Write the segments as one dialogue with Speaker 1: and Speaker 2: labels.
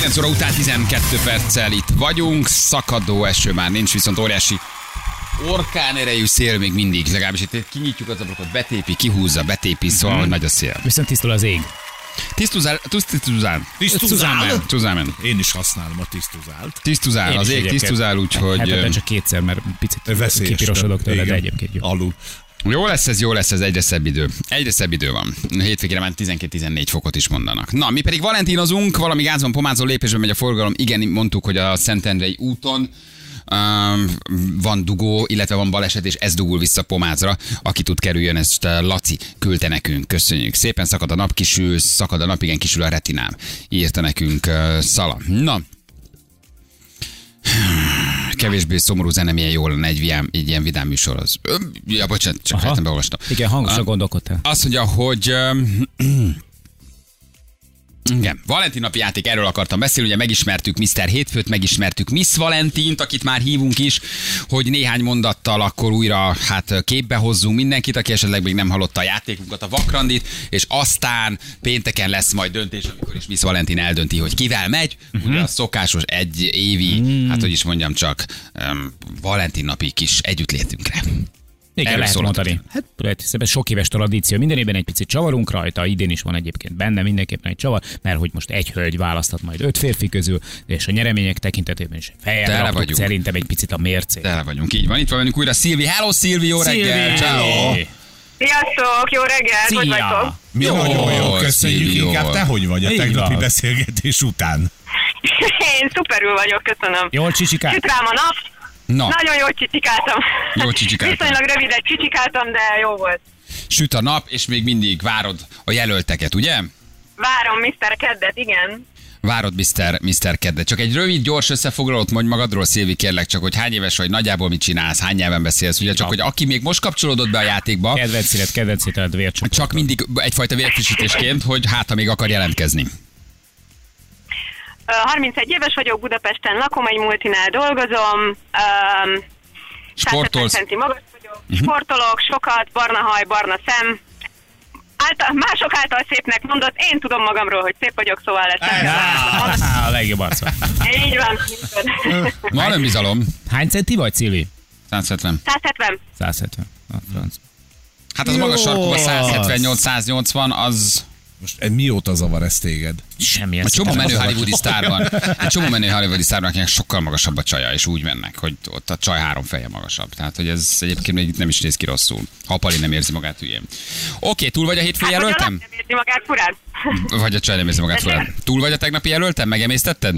Speaker 1: 9 óra után 12 perccel itt vagyunk, szakadó eső már nincs, viszont óriási orkán erejű szél még mindig, legalábbis itt kinyitjuk az ablakot, betépi, kihúzza, betépi, szóval
Speaker 2: Mhm.
Speaker 1: hogy nagy a szél.
Speaker 2: Viszont tisztul az ég.
Speaker 1: Tisztuzál, tisztuzál,
Speaker 3: Tisztuzál?
Speaker 1: tisztuzál,
Speaker 3: Én is használom a tisztuzált.
Speaker 1: tisztuzál,
Speaker 2: Én
Speaker 1: Hát az
Speaker 2: is
Speaker 1: ég
Speaker 2: egyébként.
Speaker 1: tisztuzál, úgyhogy...
Speaker 2: Hetente
Speaker 1: ö,
Speaker 2: csak kétszer, mert picit
Speaker 3: Veszélyes.
Speaker 2: kipirosodok tőle, de
Speaker 3: Igen.
Speaker 2: egyébként jó.
Speaker 3: Alul.
Speaker 1: Jó lesz ez, jó lesz ez, egyre szebb idő. Egyre szebb idő van. Hétvégére már 12-14 fokot is mondanak. Na, mi pedig valentinozunk, valami gázon pomázó lépésben megy a forgalom. Igen, mondtuk, hogy a Szentendrei úton Um, van dugó, illetve van baleset, és ez dugul vissza Pomázra. Aki tud kerüljön, ezt uh, Laci küldte nekünk. Köszönjük szépen, szakad a nap, kisül, szakad a nap, igen, kisül a retinám. Írta nekünk uh, Szala. Na, kevésbé szomorú zene, milyen jól lenne egy ilyen, egy ilyen vidám műsorhoz. Ö, Ja, bocsánat, csak
Speaker 2: Aha.
Speaker 1: hát nem beolvastam.
Speaker 2: Igen, hangosan gondolkodtál.
Speaker 1: Azt mondja, hogy... öm, Igen, Valentin napi játék, erről akartam beszélni, ugye megismertük Mr. Hétfőt, megismertük Miss Valentint, akit már hívunk is, hogy néhány mondattal akkor újra hát képbe hozzunk mindenkit, aki esetleg még nem hallotta a játékunkat, a Vakrandit, és aztán pénteken lesz majd döntés, amikor is Miss Valentin eldönti, hogy kivel megy, ugye a szokásos egy évi, hát hogy is mondjam csak, um, Valentin napi kis együttlétünkre.
Speaker 2: Igen,
Speaker 1: erről
Speaker 2: lehet
Speaker 1: szól a
Speaker 2: mondani. Hát lehet, hiszen ez sok éves tradíció. Minden évben egy picit csavarunk rajta, idén is van egyébként benne mindenképpen egy csavar, mert hogy most egy hölgy választhat majd öt férfi közül, és a nyeremények tekintetében is
Speaker 1: Tele
Speaker 2: feljebb raktuk
Speaker 1: vagyunk.
Speaker 2: szerintem egy picit a mércét.
Speaker 1: Tele vagyunk, így van, itt van velünk újra Szilvi. Hello Szilvi, jó reggel! Ciao.
Speaker 4: Sziasztok, jó reggelt, Hát, hogy vagytok?
Speaker 2: Szia!
Speaker 3: Mi
Speaker 1: Jó,
Speaker 3: nagyon jó, köszönjük
Speaker 1: Szilvi, jó
Speaker 3: inkább.
Speaker 1: vagy.
Speaker 3: Te hogy vagy a
Speaker 2: Így
Speaker 3: tegnapi
Speaker 2: van.
Speaker 3: beszélgetés után?
Speaker 4: Én szuperül vagyok, köszönöm.
Speaker 2: Jól csicsikák?
Speaker 4: Süt rám a nap,
Speaker 1: Na,
Speaker 4: nagyon jól csicsikáltam.
Speaker 1: Jól csicsikáltál.
Speaker 4: Viszonylag röviden csicsikáltam, de jó volt.
Speaker 1: süt a nap, és még mindig várod a jelölteket, ugye?
Speaker 4: Várom Mr. Keddet, igen.
Speaker 1: Várod Mr. Mr. Kedde. Csak egy rövid, gyors összefoglalót mondj magadról, Szilvi, kérlek, csak hogy hány éves vagy, nagyjából mit csinálsz, hány nyelven beszélsz, ugye? Csak hogy aki még most kapcsolódott be a játékba,
Speaker 2: Kedvenc színed, kedvenc ételed, vércsoport.
Speaker 1: csak mindig egyfajta vérfrissítésként, hogy hát, ha még akar jelentkezni.
Speaker 4: Ö, 31 éves vagyok, Budapesten lakom, egy multinál dolgozom. öm, 170
Speaker 1: Sportolsz.
Speaker 4: centi magas vagyok, sportolok sokat, barna haj, barna szem. Által, mások által szépnek mondott, én tudom magamról, hogy szép vagyok, szóval ezt nem kell változtatnom.
Speaker 2: Ah, a legjobb arca.
Speaker 4: Így van.
Speaker 1: Van önbizalom.
Speaker 2: Hány centi vagy, Szilvi?
Speaker 1: 170.
Speaker 4: 170.
Speaker 2: 170. A franc.
Speaker 1: Hát az magas sarkú, a 178-180, az
Speaker 3: Most eh, mióta zavar ez téged?
Speaker 2: Semmilyen
Speaker 1: Egy csomó
Speaker 2: szinten.
Speaker 1: menő hollywoodi sztár van. Egy csomó menő hollywoodi sztár van, akinek sokkal magasabb a csaja, és úgy mennek, hogy ott a csaj három feje magasabb. Tehát, hogy ez egyébként még itt nem is néz ki rosszul. Ha a Pali nem érzi magát hülyén. Oké, túl vagy a hétfő
Speaker 4: Hát, hogy a lap
Speaker 1: jelöltem?
Speaker 4: nem érzi magát furán.
Speaker 1: Vagy a csaj nem érzi magát furán. Túl vagy a tegnapi jelöltem? Megemésztetted?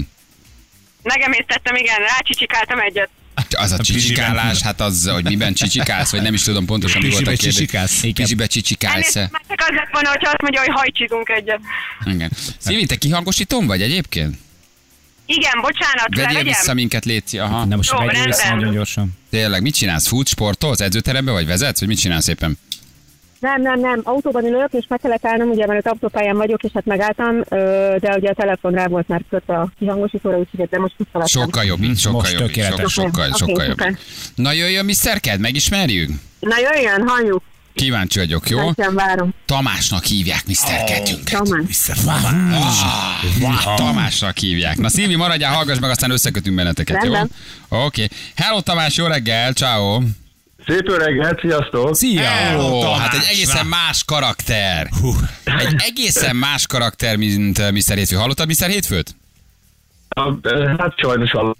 Speaker 4: Megemésztettem, igen, rácsicsikáltam egyet.
Speaker 1: Hát Az a csicsikálás, hát az, hogy miben csicsikálsz, vagy nem is tudom pontosan, mi volt a
Speaker 3: Pisibe
Speaker 1: kérdés.
Speaker 3: csicsikálsz?
Speaker 1: Pisibe csicsikálsz.
Speaker 4: Elnézést, már csak az lett volna, hogyha azt mondja, hogy hajcsizunk egyet.
Speaker 1: Igen. Szívi, te kihangosítom vagy egyébként?
Speaker 4: Igen, bocsánat,
Speaker 1: Vegyél
Speaker 4: levegyem?
Speaker 1: vissza minket, Léci. Aha.
Speaker 2: Na most
Speaker 4: Jó,
Speaker 2: vegyél
Speaker 4: rendben.
Speaker 2: vissza nagyon gyorsan.
Speaker 1: Tényleg, mit csinálsz? Fut, sportolsz, edzőterembe vagy vezetsz, vagy mit csinálsz éppen?
Speaker 5: Nem, nem, nem. Autóban ülök, és meg kellett állnom, ugye, mert autópályán vagyok, és hát megálltam, ö, de ugye a telefon rá volt már kötve a kihangosítóra, úgyhogy de most visszavettem.
Speaker 1: Sokkal jobb, így, sokkal
Speaker 2: most
Speaker 1: jobb, így, sokkal,
Speaker 2: tökéletes.
Speaker 1: sokkal,
Speaker 5: Oké,
Speaker 1: sokkal
Speaker 5: oké,
Speaker 1: jobb.
Speaker 5: szuper.
Speaker 1: Na jöjjön, mi szerked, megismerjük?
Speaker 5: Na jöjjön, halljuk.
Speaker 1: Kíváncsi vagyok, jó?
Speaker 5: Nagyon várom.
Speaker 1: Tamásnak hívják Mr. Kedünket.
Speaker 5: Tamás.
Speaker 1: Ah, Tamásnak hívják. Na Szilvi, maradjál, hallgass meg, aztán összekötünk benneteket, jó? Oké.
Speaker 5: Rendben.
Speaker 1: Hello Tamás, jó reggel, ciao.
Speaker 6: Szép jó reggelt, sziasztok!
Speaker 2: Szia!
Speaker 1: Hello,
Speaker 3: Tamás.
Speaker 1: hát egy egészen más karakter. Egy egészen más karakter, mint eh, Mr. Hétfő. Hallottad Mr. Hétfőt?
Speaker 6: A, hát sajnos a...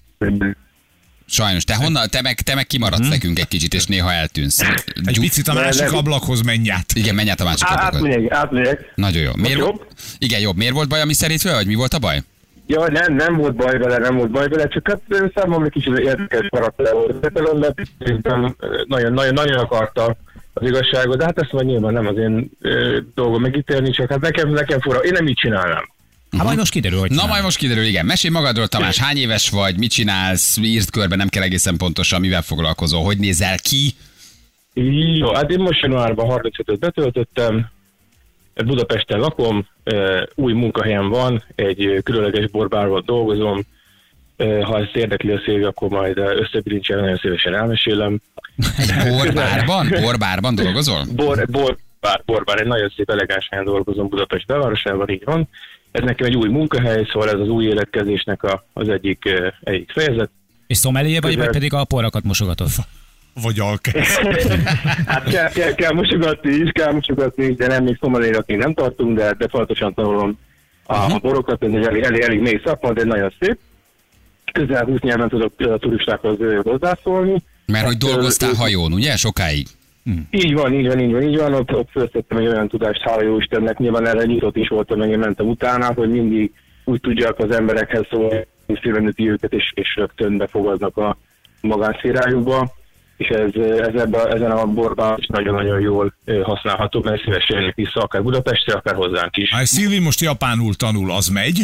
Speaker 1: Sajnos. Te honnan, te meg, te meg kimaradsz nekünk egy kicsit, és néha eltűnsz.
Speaker 3: Egy
Speaker 1: Gyú-
Speaker 3: picit a másik
Speaker 6: nem.
Speaker 3: ablakhoz menj át.
Speaker 1: Igen, menj át a másik ablakon.
Speaker 6: Átmegyek, átmegyek.
Speaker 1: Nagyon jó. Miért
Speaker 6: jobb?
Speaker 1: volt- Igen, jobb. Miért volt baj a mi szerintről, vagy mi volt a baj?
Speaker 6: Ja, nem, nem volt baj vele, nem volt baj vele, csak hát ö, számomra kicsit érdekes karakter volt. Hát, eh, Tehát önben szerintem, ö, eh, nagyon, nagyon, nagyon akarta az igazságot, de hát ezt majd nyilván nem az én ö, dolgom megítélni, csak hát nekem, nekem fura, én nem így csinálnám.
Speaker 2: Hát majd most kiderül, hogy
Speaker 1: Na, majd most kiderül, igen. Mesélj magadról, Tamás, hány éves vagy, mit csinálsz, írd körbe, nem kell egészen pontosan, mivel foglalkozol, hogy nézel ki.
Speaker 6: Jó, hát én most januárban 35-öt betöltöttem, Budapesten lakom, ö, új munkahelyem van, egy ö, különleges borbárban dolgozom, Ö, ha ezt érdekli a szél, akkor majd ö, összebilincsen, nagyon szívesen elmesélem.
Speaker 1: Egy borbárban, borbárban dolgozol?
Speaker 6: Bor, bor, bár, borbár, egy nagyon szép elegáns helyen dolgozom Budapest belvárosában, így van. Ez nekem egy új munkahely, szóval ez az új életkezésnek a, az egyik, ö, egyik fejezet.
Speaker 2: És szomeléje vagy, vagy
Speaker 6: Közel.
Speaker 2: pedig a porrakat mosogatod?
Speaker 3: Vagy alkász.
Speaker 6: Hát kell, kell, kell mosogatni is, kell mosogatni, de nem még szomaléra még nem tartunk, de, de fontosan tanulom a,
Speaker 1: Mhm.
Speaker 6: a borokat, ez egy elég, elég, elég mély szakma, de nagyon szép. Közel 20 nyelven tudok ö, a turistákhoz ö, hozzászólni.
Speaker 1: Mert hogy
Speaker 6: Hát, ö,
Speaker 1: dolgoztál
Speaker 6: ö,
Speaker 1: hajón, ugye? Sokáig.
Speaker 6: Így van, így van, így van, így van. Ott, ott felszettem egy olyan tudást, hála jó Istennek, nyilván erre nyitott is voltam, meg én mentem utána, hogy mindig úgy tudjak az emberekhez szólni, félvenüti őket, és, és rögtön befogadnak a magánszférájukba. És ez, ez ebben, ezen a borban is nagyon-nagyon jól ö, használható, mert szívesen jönnek vissza, akár Budapestre, akár hozzánk is.
Speaker 3: Hát Szilvi most japánul tanul, az megy.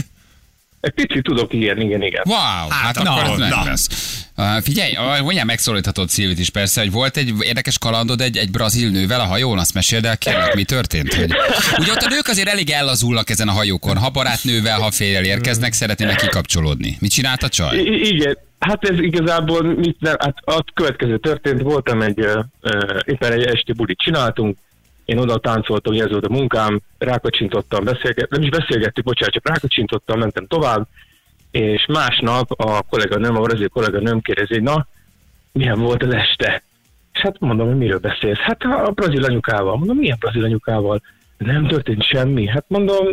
Speaker 6: Egy picit tudok ilyen, igen, igen.
Speaker 1: Wow, hát, hát
Speaker 3: na,
Speaker 1: akkor na, ez
Speaker 3: na.
Speaker 1: nem lesz. Uh, figyelj, ah, mondjál megszólíthatod Szilvit is persze, hogy volt egy érdekes kalandod egy, egy brazil nővel a hajón, azt meséld el, kérlek, mi történt? Hogy... Ugye ott a nők azért elég ellazulnak ezen a hajókon, ha barátnővel, ha férjel érkeznek, szeretnének kikapcsolódni. Mit csinált a csaj?
Speaker 6: I- i- igen, hát ez igazából mit nem, hát a következő történt, voltam egy, ö, ö, éppen egy esti bulit csináltunk, én oda táncoltam, hogy ez volt a munkám, rákacsintottam, beszélget, nem is beszélgettük, bocsánat, csak rákacsintottam, mentem tovább, és másnap a kolléganőm, a brazil kolléganőm kérdezi, na, milyen volt az este? És hát mondom, hogy miről beszélsz? Hát a brazil anyukával. Mondom, milyen brazil anyukával? Nem történt semmi. Hát mondom,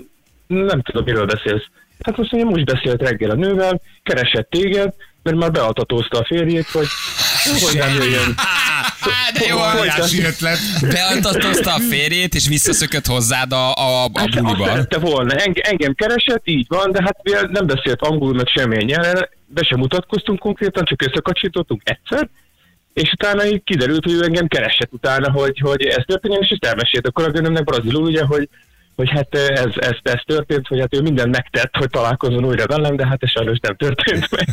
Speaker 6: nem tudom, miről beszélsz. Hát azt mondja, most beszélt reggel a nővel, keresett téged, mert már beadatózta a férjét, hogy hogy nem jöjjön.
Speaker 1: Á, de jó,
Speaker 3: Óriási ötlet.
Speaker 1: Beantatozta a férjét, és visszaszökött hozzád a, a, a
Speaker 6: Hát azt
Speaker 1: buliban.
Speaker 6: szerette volna. Enge- engem keresett, így van, de hát mivel nem beszélt angolul, meg semmilyen nyelven, be sem mutatkoztunk konkrétan, csak összekacsintottunk egyszer, és utána így kiderült, hogy ő engem keresett utána, hogy, hogy ez történjen, és ezt elmesélt a kolléganőmnek brazilul, ugye, hogy, hogy hát ez, ez, ez történt, hogy hát ő mindent megtett, hogy találkozzon újra velem, de hát ez sajnos nem történt meg.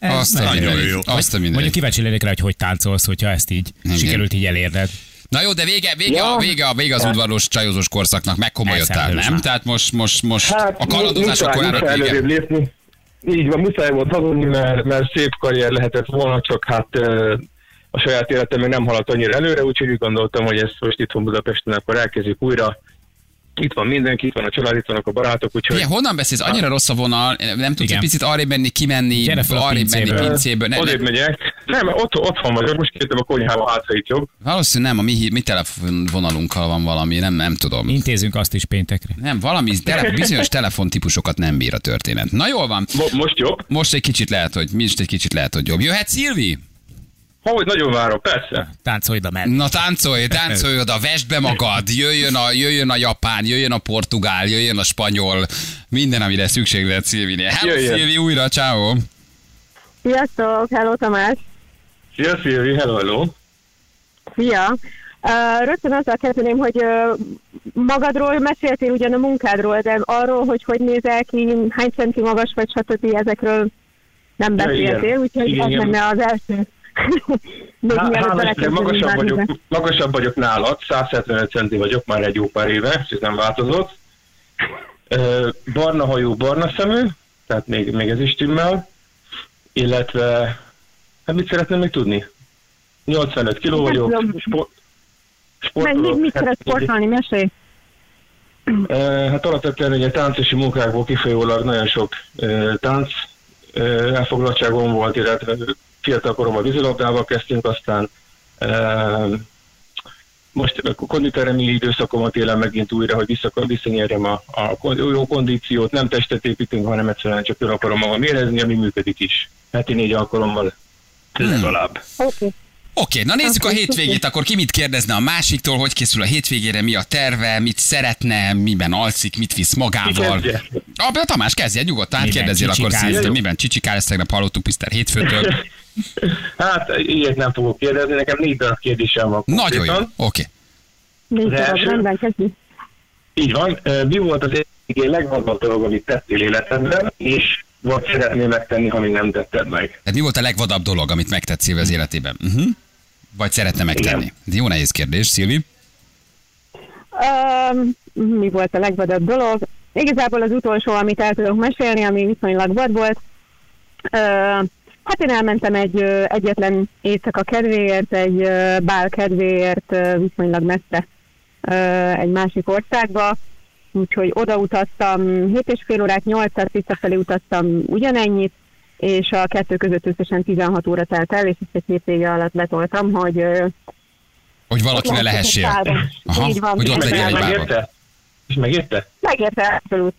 Speaker 1: Azt a
Speaker 3: nagyon
Speaker 1: mindenit.
Speaker 3: jó.
Speaker 1: Azt a
Speaker 2: Mondjuk
Speaker 1: mindenit.
Speaker 2: kíváncsi lennék rá, hogy hogy táncolsz, hogyha ezt így
Speaker 1: Igen.
Speaker 2: sikerült így elérned.
Speaker 1: Na jó, de vége, vége,
Speaker 6: Ja.
Speaker 1: a, vége, a, vége az udvarlós csajozós korszaknak, megkomolyodtál,
Speaker 2: Elszálltál
Speaker 1: nem?
Speaker 2: már.
Speaker 1: Tehát most, most, most
Speaker 6: Hát,
Speaker 1: a kalandozás
Speaker 6: muszáj,
Speaker 1: korára
Speaker 6: muszáj
Speaker 1: vége.
Speaker 6: előrébb lépni. Így van, muszáj volt hazudni, mert, mert szép karrier lehetett volna, csak hát ö, a saját életem még nem haladt annyira előre, úgyhogy úgy gondoltam, hogy ezt most itthon Budapesten akkor elkezdjük újra. Itt van mindenki, itt van a család, itt vannak a barátok, úgyhogy...
Speaker 1: Ugye, honnan beszélsz?
Speaker 6: Hát-
Speaker 1: Annyira rossz a vonal, nem tudsz
Speaker 2: Igen.
Speaker 1: egy picit arrébb menni, kimenni,
Speaker 2: Gyere fel a
Speaker 1: arrébb menni
Speaker 2: pincéből.
Speaker 1: pincéből. Ne, ne,
Speaker 6: Odébb megyek. Nem, ott, otthon vagyok, most kértem a konyhába hátra itt jobb.
Speaker 1: valószínűleg nem, a mi, hi- mi telefonvonalunkkal van valami, nem, nem tudom.
Speaker 2: Intézünk azt is péntekre.
Speaker 1: Nem, valami tele, bizonyos telefontípusokat nem bír a történet. Na jól van,
Speaker 6: Mo- most jobb?
Speaker 1: most egy kicsit lehet, hogy mi is egy kicsit lehet, hogy jobb. Jöhet Szilvi?
Speaker 6: Hogy nagyon várom, persze.
Speaker 2: Táncolj oda, mert.
Speaker 1: Na táncolj, táncolj oda, vesd be magad, jöjjön a, jöjjön a japán, jöjjön a portugál, jöjjön a spanyol, minden, amire szükség lehet Szilvinél. Hello
Speaker 6: Jöjjön.
Speaker 1: Szilvi, újra, ciao.
Speaker 5: Sziasztok, hello Tamás!
Speaker 6: Szia, Szilvi, hello, hello.
Speaker 5: Szia! Uh, rögtön azzal kezdeném, hogy uh, magadról meséltél ugyan a munkádról, de arról, hogy hogy nézel ki, hány centi magas vagy, stb. ezekről nem
Speaker 6: Ja, igen.
Speaker 5: beszéltél, úgyhogy
Speaker 6: Igen,
Speaker 5: ez
Speaker 6: igen.
Speaker 5: lenne az első. Még mielőtt
Speaker 6: Há- Hál' Istennek
Speaker 5: belekezdünk
Speaker 6: magasabb
Speaker 5: már
Speaker 6: vagyok,
Speaker 5: mibe.
Speaker 6: magasabb vagyok nálad, 175 centi vagyok már egy jó pár éve, és ez nem változott. Ö, Barna hajú, barna szemű, tehát még, még ez is timmel, illetve, hát mit szeretném még tudni? 85 kiló
Speaker 5: Nem
Speaker 6: vagyok,
Speaker 5: tudom.
Speaker 6: sport,
Speaker 5: Meg
Speaker 6: sportolok. hát
Speaker 5: mit, mit szeret sportolni, mesélj?
Speaker 6: Ö, Hát alapvetően ugye táncosi munkákból kifolyólag nagyon sok ö, tánc ö, elfoglaltságom volt, illetve fiatal koromban vízilabdával kezdtünk, aztán ö, most a konditeremi időszakomat élem megint újra, hogy vissza, visszanyerjem a, a kon- jó kondíciót, nem testet építünk, hanem egyszerűen csak jól akarom magam érezni, ami működik is. Heti négy alkalommal
Speaker 1: Hmm.
Speaker 6: legalább.
Speaker 5: Oké. Okay.
Speaker 1: Oké, na nézzük a
Speaker 5: Akkor
Speaker 1: hétvégét, akkor ki mit kérdezne a másiktól, hogy készül a hétvégére, mi a terve, mit szeretne, miben alszik, mit visz magával.
Speaker 6: Ki kezdje?
Speaker 1: A, a Tamás kezdje, nyugodtan, hát
Speaker 2: Miben
Speaker 1: kérdezzél akkor
Speaker 2: csicsikál?
Speaker 1: szívesen, miben csicsikál, ezt tegnap hallottuk Piszter hétfőtől.
Speaker 6: Hát ilyet nem fogok kérdezni, nekem négy darab kérdésem van.
Speaker 1: Nagyon jó,
Speaker 6: konkrétan.
Speaker 1: oké. Okay.
Speaker 5: Négy
Speaker 6: Az
Speaker 5: darab,
Speaker 6: első?
Speaker 5: rendben, kezdjük.
Speaker 6: Így van. Ö, Mi volt az egyik legvadabb dolog, amit tettél életedben, és vagy szeretnél megtenni, ha még nem tetted meg?
Speaker 1: Tehát mi volt a legvadabb dolog, amit megtett Szilvi az életében? Uh-huh. Vagy szeretne megtenni? Jó nehéz kérdés, Szilvi.
Speaker 5: Um, mi volt a legvadabb dolog? Igazából az utolsó, amit el tudok mesélni, ami viszonylag vad volt. Uh, hát én elmentem egy uh, egyetlen éjszaka kedvéért, egy uh, bál kedvéért uh, viszonylag messze uh, egy másik országba. úgyhogy odautaztam 7 és fél órát, 8-at, visszafelé utaztam ugyanennyit, és a kettő között összesen 16 óra telt el, és ezt egy hétvége alatt letoltam, hogy ö,
Speaker 1: Hogy valakivel
Speaker 5: Ott lakok egy
Speaker 1: lehessél.
Speaker 5: bárban.
Speaker 1: Aha,
Speaker 5: Így van.
Speaker 1: hogy ott
Speaker 5: Meg-
Speaker 1: legyél egy bárban.
Speaker 6: megérte? És megérte?
Speaker 5: megérte abszolút.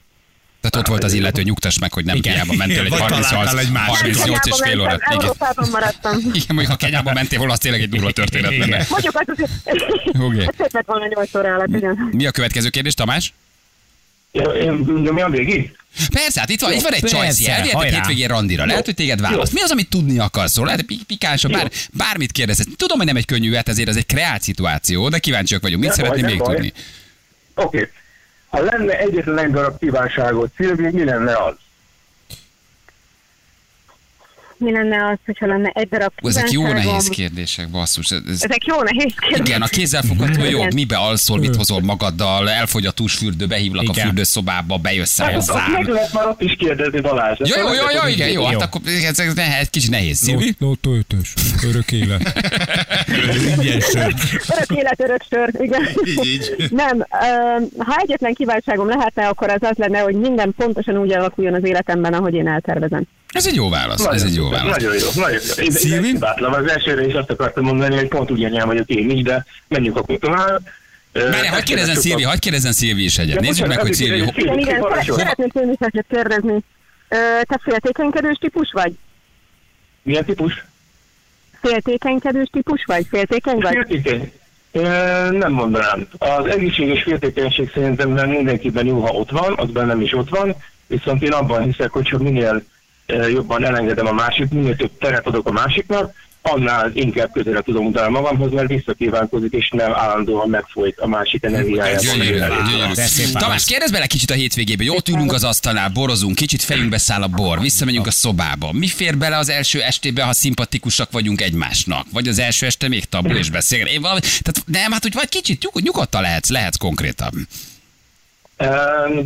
Speaker 1: Tehát ott volt az illető, nyugtass meg, hogy nem
Speaker 2: Igen.
Speaker 1: hiába mentél egy
Speaker 3: Vagy találtál
Speaker 1: 38,
Speaker 3: egy másik.
Speaker 1: 38 és
Speaker 5: Kenyában
Speaker 1: fél
Speaker 5: mentem,
Speaker 1: órát. Igen.
Speaker 5: Európában maradtam.
Speaker 1: Igen, mondjuk ha Kenyában mentél volna, az tényleg egy durva történet lenne.
Speaker 5: Mondjuk az, hogy
Speaker 1: Oké.
Speaker 5: ez szép lett volna 8 óra alatt, igen.
Speaker 1: Mi a következő kérdés, Tamás?
Speaker 6: Ja, én nyomjam végig?
Speaker 1: Persze, hát itt van, itt van egy
Speaker 2: persze,
Speaker 1: csajsz elvihetek
Speaker 2: hajrá.
Speaker 1: hétvégén randira. Lehet, hogy téged választ. Mi az, amit tudni akarsz? róla? Lehet, pi- pikáns, bár, bármit kérdezhetsz. Tudom, hogy nem egy könnyű, hát ezért ez egy kreált szituáció, de kíváncsiak vagyunk. Mit
Speaker 6: Nem
Speaker 1: szeretnél
Speaker 6: baj,
Speaker 1: még
Speaker 6: nem baj.
Speaker 1: tudni?
Speaker 6: Oké. Okay. Ha lenne egyetlen egy darab kívánságot, Szilvi, mi lenne az?
Speaker 5: Mi lenne az, hogyha lenne egy darab
Speaker 1: Ú, Ezek jó
Speaker 5: kívánságom?
Speaker 1: nehéz kérdések, basszus. Ez, ez,
Speaker 5: Ezek jó nehéz kérdések.
Speaker 1: igen, a kézzelfogható jog,
Speaker 5: Igen.
Speaker 1: mibe alszol, mit hozol magaddal, elfogy a tusfürdő, behívlak a
Speaker 2: Igen.
Speaker 1: fürdőszobába, bejössz el
Speaker 6: Azt Hát, meg
Speaker 1: hozzám.
Speaker 6: lehet már ott is kérdezni, Balázs.
Speaker 1: Jó, jó, jó, jó, igen, jó,
Speaker 2: Jó.
Speaker 1: hát akkor ez, ez, ez egy kicsit nehéz. Szilvi?
Speaker 2: Lotto 5-ös. Örök élet.
Speaker 3: Ingyen sör.
Speaker 5: Örök élet, örök sör, igen.
Speaker 3: Így, így.
Speaker 5: Nem, öm, ha egyetlen kívánságom lehetne, akkor az az lenne, hogy minden pontosan úgy alakuljon az életemben, ahogy én eltervezem.
Speaker 1: Ez egy jó válasz, ez egy jó válasz.
Speaker 6: Nagyon jó, nagyon jó. Én, én
Speaker 1: Szilvi?
Speaker 6: hibátlan. Az elsőre is azt akartam mondani, hogy pont ugyanilyen vagyok én is, de menjünk akkor tovább.
Speaker 1: Várjál, hagyd kérdezzen Szilvi, hagyd kérdezzen Szilvi is egyet. Nézzük meg, hogy Szilvi... ho-
Speaker 5: Igen, igen, szeret- szeretnék én is egyet kérdezni. Ö, Te féltékenykedős típus vagy?
Speaker 6: Milyen típus?
Speaker 5: Féltékenykedős típus vagy? Féltékeny vagy?
Speaker 6: Féltékeny. Ö, Nem mondanám. Az egészséges féltékenység szerintem nem mindenkiben jó, ha ott van, az bennem is ott van, viszont én abban hiszek, hogy csak minél ö, jobban elengedem a másik, minél több teret adok a másiknak, annál inkább közelebb tudom utána magamhoz, mert visszakívánkozik, és nem állandóan megfolyt a másik energiáját.
Speaker 1: Gyönyörű, gyönyörű.
Speaker 2: De szép válasz.
Speaker 1: Tamás, kérdezz bele kicsit a hétvégébe, hogy ott ülünk az asztalnál, borozunk, kicsit fejünkbe száll a bor, visszamegyünk a szobába. Mi fér bele az első estébe, ha szimpatikusak vagyunk egymásnak? Vagy az első este még tabu és beszél? Én valami, tehát nem, hát úgy vagy kicsit nyug, nyugodtan lehetsz, lehetsz konkrétabb.
Speaker 6: Ehm,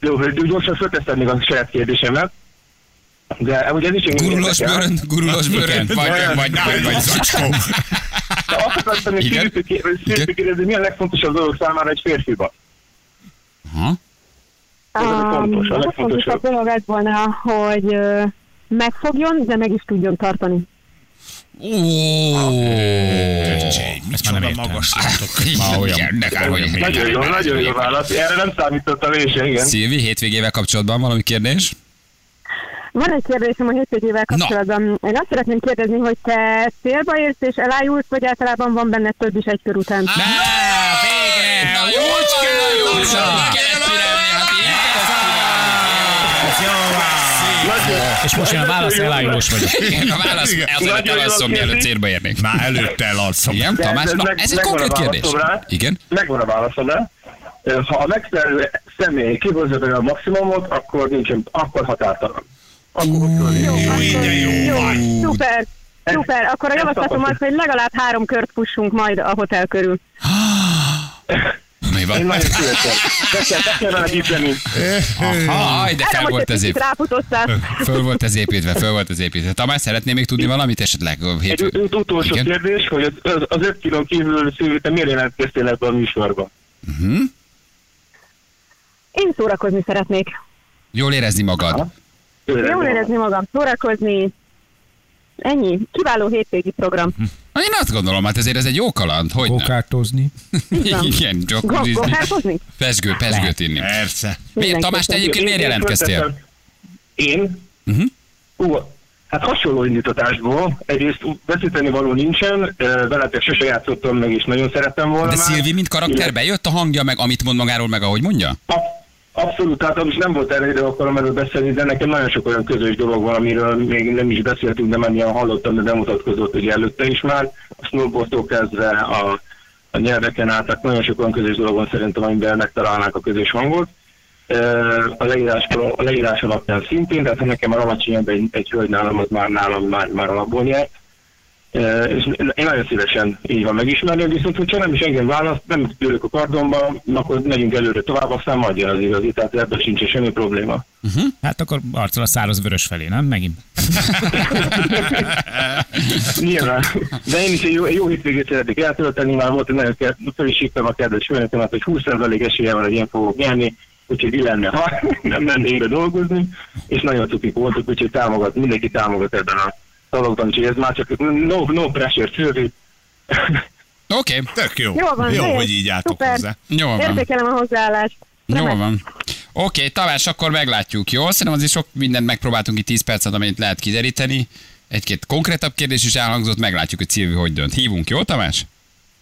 Speaker 6: Jó, hogy gyorsan fölteszem még a saját kérdésemet. De ugye ez is engem
Speaker 1: Gurulós
Speaker 6: érdekel.
Speaker 1: bőrön, gurulós bőrön, vagy, vagy, vagy, vagy, vagy,
Speaker 3: Zacskó.
Speaker 6: De Azt akartam, hogy
Speaker 1: Igen?
Speaker 6: szűrtük-
Speaker 1: Igen?
Speaker 6: szűrtük kérdezni, mi a legfontosabb dolog számára egy férfiba?
Speaker 1: Aha.
Speaker 6: Ez a fontos, a
Speaker 5: Öm,
Speaker 6: legfontosabb.
Speaker 5: dolog ez volna, hogy ö, megfogjon, de meg is tudjon tartani.
Speaker 3: Öcsém,
Speaker 2: nem
Speaker 3: micsoda
Speaker 2: értem.
Speaker 3: magas látok.
Speaker 1: Ma olyan, de kár, hogy
Speaker 6: Nagyon jó, nagyon jó válasz. Erre nem számítottam én se, igen.
Speaker 1: Szilvi, hétvégével kapcsolatban valami kérdés?
Speaker 5: Van egy kérdésem a hétvégével
Speaker 1: Na.
Speaker 5: kapcsolatban. Én azt szeretném kérdezni, hogy te célba érsz és elájulsz, vagy általában van benne több is egy kör után?
Speaker 1: Na, végre! Na, jócska, jócska! Így kellett csinálni, hát így kellett
Speaker 2: És most jön a válasz, elájulós vagyok.
Speaker 1: csinálni. Igen, a válasz
Speaker 3: Igen.
Speaker 1: az előtt
Speaker 6: Nagyon jól
Speaker 1: elalszom, mielőtt
Speaker 6: kérdés.
Speaker 1: célba érnék.
Speaker 3: Már előtte elalszom.
Speaker 1: Igen,
Speaker 6: De
Speaker 1: Tamás,
Speaker 6: ez
Speaker 1: na,
Speaker 6: meg-
Speaker 1: ez egy
Speaker 6: megvan
Speaker 1: konkrét
Speaker 6: a
Speaker 1: kérdés.
Speaker 6: válaszom rá.
Speaker 1: Igen?
Speaker 6: Megvan a válaszom rá. Ö, Ha a megfelelő személy kihozza a maximumot, akkor nincsen, akkor határtalan. Akkor
Speaker 5: Jó, akkor- jó, Szuper,
Speaker 6: Ez-
Speaker 5: szuper. Akkor a
Speaker 6: ez
Speaker 5: javaslatom
Speaker 6: szokott.
Speaker 5: az, hogy legalább három kört fussunk majd a hotel körül.
Speaker 1: Mi
Speaker 6: Én
Speaker 1: van?
Speaker 6: nagyon szívesen. Be kell, be kell vele díteni.
Speaker 1: Aj, de fel
Speaker 5: Erre most
Speaker 1: volt
Speaker 5: egy
Speaker 1: ez
Speaker 5: kicsit
Speaker 1: ép...
Speaker 5: ráfutottál.
Speaker 1: Föl volt ez építve, föl volt ez építve. Tamás, szeretnél még tudni valamit esetleg?
Speaker 6: Egy
Speaker 1: Hét...
Speaker 6: ut- utolsó
Speaker 1: Igen?
Speaker 6: kérdés, hogy az, az, az 5 kilón kívül szülő, te miért jelentkeztél ebbe a műsorba?
Speaker 5: Én szórakozni szeretnék.
Speaker 1: Jól érezni magad.
Speaker 5: Jól érezni magam, szórakozni. Ennyi. Kiváló hétvégi program.
Speaker 1: Na, én azt gondolom, hát ezért ez egy jó kaland, hogy nem?
Speaker 2: Kokártozni.
Speaker 1: Igen,
Speaker 5: Go-
Speaker 1: jokkozizni.
Speaker 5: Gohárkozni?
Speaker 1: Pesgő, pesgőt inni.
Speaker 3: Persze.
Speaker 1: Miért,
Speaker 5: Mindenki
Speaker 1: Tamás, te
Speaker 5: tudja.
Speaker 1: egyébként miért
Speaker 6: Én- én
Speaker 1: jelentkeztél? Mhm.
Speaker 6: föltettem- Én? Uh-huh. Ú, hát hasonló indítatásból. Egyrészt ú- beszélni való nincsen, ö, veletek sose játszottam meg, és nagyon szerettem volna
Speaker 1: De
Speaker 6: már.
Speaker 1: Szilvi, mint karakter, bejött a hangja, meg amit mond magáról, meg ahogy mondja?
Speaker 6: Ab- Abszolút, tehát az is nem volt erre idő akarom erről beszélni, de nekem nagyon sok olyan közös dolog van, amiről még nem is beszéltünk, de mennyien hallottam, de bemutatkozott ugye előtte is már. A snowboardtól kezdve a, a nyelveken át, tehát nagyon sok olyan közös dolog van szerintem, amiben megtalálnák a közös hangot. Ö, A leírás, a leírás hát alapján szintén, tehát ha nekem már alacsonyabb egy, egy hölgy nálam, az már nálam már, már alapból nyert. Ö, és én nagyon szívesen így van megismerni, viszont hogyha nem is engem választ, nem ülök a kardomba, akkor megyünk előre tovább, aztán majd jön az igazi, tehát ebben sincs semmi probléma.
Speaker 2: Hát akkor arccal a száraz vörös felé, nem? Megint.
Speaker 6: Nyilván. De én is egy jó, egy jó hétvégét szeretnék eltölteni, már volt egy nagyon kert, fel is hívtam a kedves főnökömet, hogy 20% esélye van, hogy én fogok nyerni, úgyhogy mi lenne, ha nem mennék be dolgozni, és nagyon cukik voltak, úgyhogy támogat, mindenki támogat ebben a dologban, úgyhogy ez már csak no, no pressure, Szilvi.
Speaker 1: Oké, okay.
Speaker 3: Tök jó.
Speaker 5: Jó van,
Speaker 3: jó
Speaker 5: jó.
Speaker 3: hogy így álltok
Speaker 5: Szuper.
Speaker 3: hozzá.
Speaker 1: jól van.
Speaker 5: Értékelem a hozzáállást.
Speaker 1: Jól van. Oké, okay, Tamás, akkor meglátjuk, jó? Szerintem azért sok mindent megpróbáltunk itt 10 percet, amit lehet kideríteni. Egy-két konkrétabb kérdés is elhangzott, meglátjuk, hogy Szilvi hogy dönt. Hívunk, jó Tamás?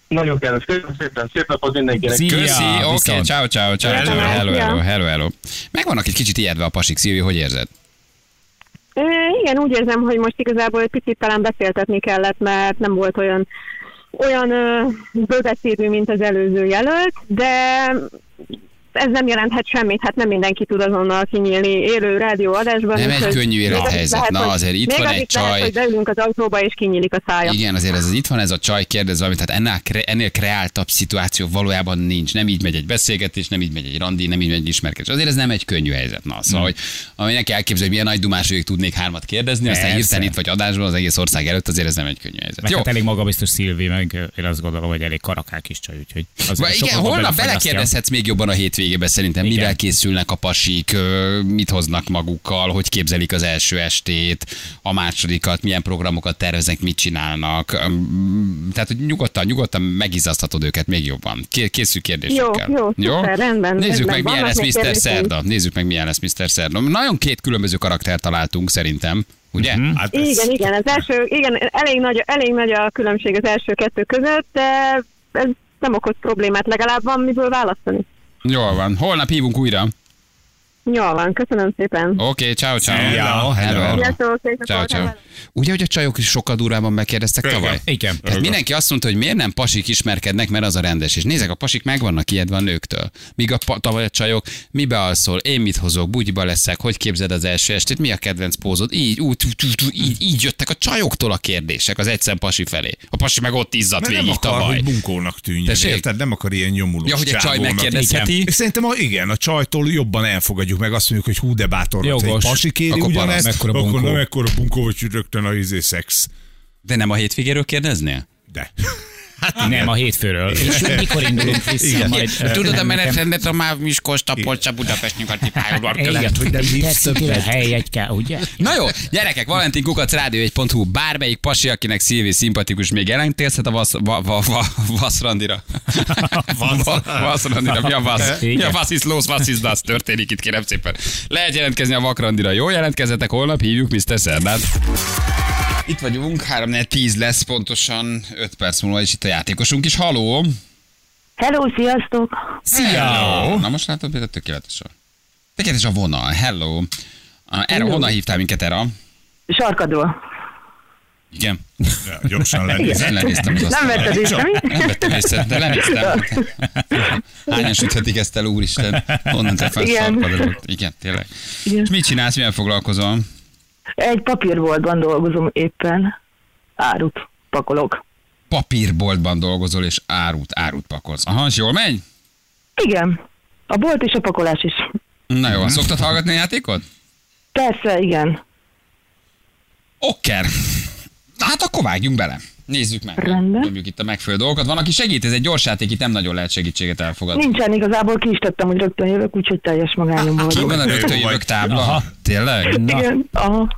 Speaker 6: Nagyon kedves, köszönöm szépen, szép napot mindenkinek.
Speaker 2: Szia,
Speaker 1: Köszi, oké,
Speaker 2: viszont.
Speaker 1: ciao, ciao, ciao, hello,
Speaker 5: Tamás,
Speaker 1: hello,
Speaker 5: szia.
Speaker 1: hello, hello, hello. Megvannak egy kicsit ijedve a pasik, Szilvi, hogy érzed?
Speaker 5: Ö, igen, úgy érzem, hogy most igazából egy picit talán beszéltetni kellett, mert nem volt olyan olyan ö, bőbeszédű, mint az előző jelölt, de ez nem jelenthet semmit, hát nem mindenki tud azonnal kinyílni élő rádióadásban.
Speaker 1: Nem egy
Speaker 5: úgyhogy
Speaker 1: könnyű
Speaker 5: még az is
Speaker 1: élethelyzet.
Speaker 5: lehet,
Speaker 1: Na,
Speaker 5: hogy-
Speaker 1: azért itt
Speaker 5: még
Speaker 1: van
Speaker 5: az
Speaker 1: egy
Speaker 5: is lehet,
Speaker 1: csaj.
Speaker 5: hogy beülünk az autóba és kinyílik a szája.
Speaker 1: Igen, azért ez, ez itt van, ez a csaj kérdez valamit, tehát ennél, kre, ennél kreáltabb szituáció valójában nincs. Nem így megy egy beszélgetés, nem így megy egy randi, nem így megy egy ismerkedés. Azért ez nem egy könnyű helyzet. Na, szóval,
Speaker 2: Hm.
Speaker 1: hogy aminek elképzelő, hogy milyen nagy dumás vagyok, tudnék hármat kérdezni, aztán
Speaker 2: Persze.
Speaker 1: hirtelen itt vagy adásban az egész ország előtt, azért ez nem egy könnyű helyzet.
Speaker 2: Meg
Speaker 1: Jó.
Speaker 2: hát elég magabiztos Szilvi, meg ö, én azt gondolom, hogy elég karakák is csaj, úgyhogy
Speaker 1: Ba,
Speaker 2: azért
Speaker 1: igen,
Speaker 2: sokat
Speaker 1: holnap
Speaker 2: belefagyasztja.
Speaker 1: belekérdezhetsz még jobban a hétvégébe szerintem, igen.
Speaker 2: Igen.
Speaker 1: mivel készülnek a pasik, ö, mit hoznak magukkal, hogy képzelik az első estét, a másodikat, milyen programokat terveznek, mit csinálnak. Öm, Tehát, hogy nyugodtan, nyugodtan megizzaszthatod őket még jobban. Ké- Készülj kérdésekkel.
Speaker 5: Jó, jó, szuper, rendben,
Speaker 1: Nézzük
Speaker 5: rendben.
Speaker 1: meg, milyen
Speaker 5: Vannak
Speaker 1: lesz
Speaker 5: még
Speaker 1: Mr.
Speaker 5: kérdéseim?
Speaker 1: Szerda. Nézzük meg, milyen lesz Mr. Szerda. Nagyon két különböző karakter találtunk szerintem, ugye?
Speaker 7: Mhm.
Speaker 1: Mm-hmm.
Speaker 3: Hát ez-
Speaker 5: Igen, igen, az első, igen, elég nagy, elég nagy a különbség az első kettő között, de ez nem okoz problémát, legalább van miből választani.
Speaker 1: Jól van. Holnap hívunk újra. Oké,
Speaker 5: Jól van, köszönöm szépen.
Speaker 1: okay, ciao, ciao.
Speaker 3: Hello, hello.
Speaker 5: Sziasztok, szép napot,
Speaker 1: Ciao, ciao.
Speaker 5: hello.
Speaker 1: Ugye, hogy a csajok is sokkal durvábban megkérdeztek
Speaker 3: Igen.
Speaker 1: tavaly?
Speaker 2: Igen.
Speaker 1: Tehát mindenki azt mondta, hogy miért nem pasik ismerkednek, mert az a rendes. És nézek, a pasik meg vannak ijedve a nőktől. Míg a pa- tavaly a csajok, mibe alszol, én mit hozok, bugyba leszek, hogy képzed az első estét, mi a kedvenc pózod, így, úgy, tú, tú, tú, így, így jöttek a csajoktól a kérdések az egyszer pasi felé. A pasi meg ott izzadt
Speaker 3: Mert nem
Speaker 1: végig
Speaker 3: akar,
Speaker 1: tavaly.
Speaker 3: hogy bunkónak tűnjön,
Speaker 1: Tessék?
Speaker 3: érted? Nem akar ilyen nyomulós
Speaker 1: Ja, hogy egy csaj
Speaker 3: csávónak.
Speaker 1: megkérdezheti?
Speaker 3: Igen. Szerintem a, igen, a csajtól jobban elfogadjuk meg, azt mondjuk, hogy hú de bátor, volt,
Speaker 2: Jogos.
Speaker 3: egy pasi kéri
Speaker 1: Akkor
Speaker 3: ugyanezt,
Speaker 2: parasz. Mekkora
Speaker 3: akkor
Speaker 2: bunkó.
Speaker 3: nem ekkora bunkó, hogy rögtön a izé szex.
Speaker 1: De nem a hétvégéről kérdeznél?
Speaker 3: De.
Speaker 2: Nem, a hétfőről. És mikor indulunk vissza
Speaker 3: Igen.
Speaker 2: majd? eh, ö,
Speaker 1: Tudod a
Speaker 2: nem,
Speaker 1: menetrendet a már Miskolsta, Polcsa, Budapest nyugati
Speaker 2: nem,
Speaker 1: pályaudvar
Speaker 2: Igen, hogy nem
Speaker 3: hívsz
Speaker 2: többet. Hely egy kell, ugye?
Speaker 1: Na jó, gyerekek, Valentin Kukac, rádió 1.hu, bármelyik pasi, akinek Szilvi szimpatikus, még jelentkezhet a vasz, va, va, va, vaszrandira.
Speaker 3: Vasz-
Speaker 1: Va- vaszrandira, mi a vasz? Mi a
Speaker 2: Igen.
Speaker 1: vasz is lósz, vasz is dasz, történik itt, kérem szépen. Lehet jelentkezni a vakrandira, jó? Jelentkezzetek, holnap hívjuk Mr. Szerdát. Itt vagyunk, 3 10 lesz pontosan, 5 perc múlva, és itt a játékosunk is. Haló!
Speaker 8: Hello, sziasztok!
Speaker 1: Hello. Na most látod, például tökéletes a... Tökéletes a vonal, hello! Ah, Erre, honnan hívtál minket, Era?
Speaker 8: Sarkadról.
Speaker 1: Igen.
Speaker 3: Ja, Gyorsan lenni.
Speaker 1: Igen, lenéztem az
Speaker 8: Nem
Speaker 1: asztalra.
Speaker 8: vetted észre, mi?
Speaker 1: Nem vettem észre, de lenéztem. Hányan süthetik ezt el, úristen? Honnan te fel
Speaker 8: Igen.
Speaker 1: szarpadról? Igen, tényleg.
Speaker 8: Igen.
Speaker 1: És mit csinálsz, mivel foglalkozol?
Speaker 8: Egy papírboltban dolgozom éppen. Árut pakolok.
Speaker 1: Papírboltban dolgozol, és árut, árut pakolsz. Aha, és jól megy?
Speaker 8: Igen. A bolt és a pakolás is.
Speaker 1: Na
Speaker 8: Mhm.
Speaker 1: jó, szoktad hallgatni a játékot?
Speaker 8: Persze, igen.
Speaker 1: Okker. Na hát akkor vágjunk bele. Nézzük meg.
Speaker 8: Rendben.
Speaker 1: Dobjuk itt a megfelelő dolgokat. Van, aki segít, ez egy gyors játék, itt nem nagyon lehet segítséget elfogadni.
Speaker 8: Nincsen igazából, ki is tettem, hogy rögtön jövök, úgyhogy teljes magányomban
Speaker 1: Ki
Speaker 8: vagyok.
Speaker 1: van Hát, a rögtön
Speaker 3: Jó
Speaker 1: jövök
Speaker 3: vagy.
Speaker 1: tábla? Tényleg?
Speaker 8: Igen, aha.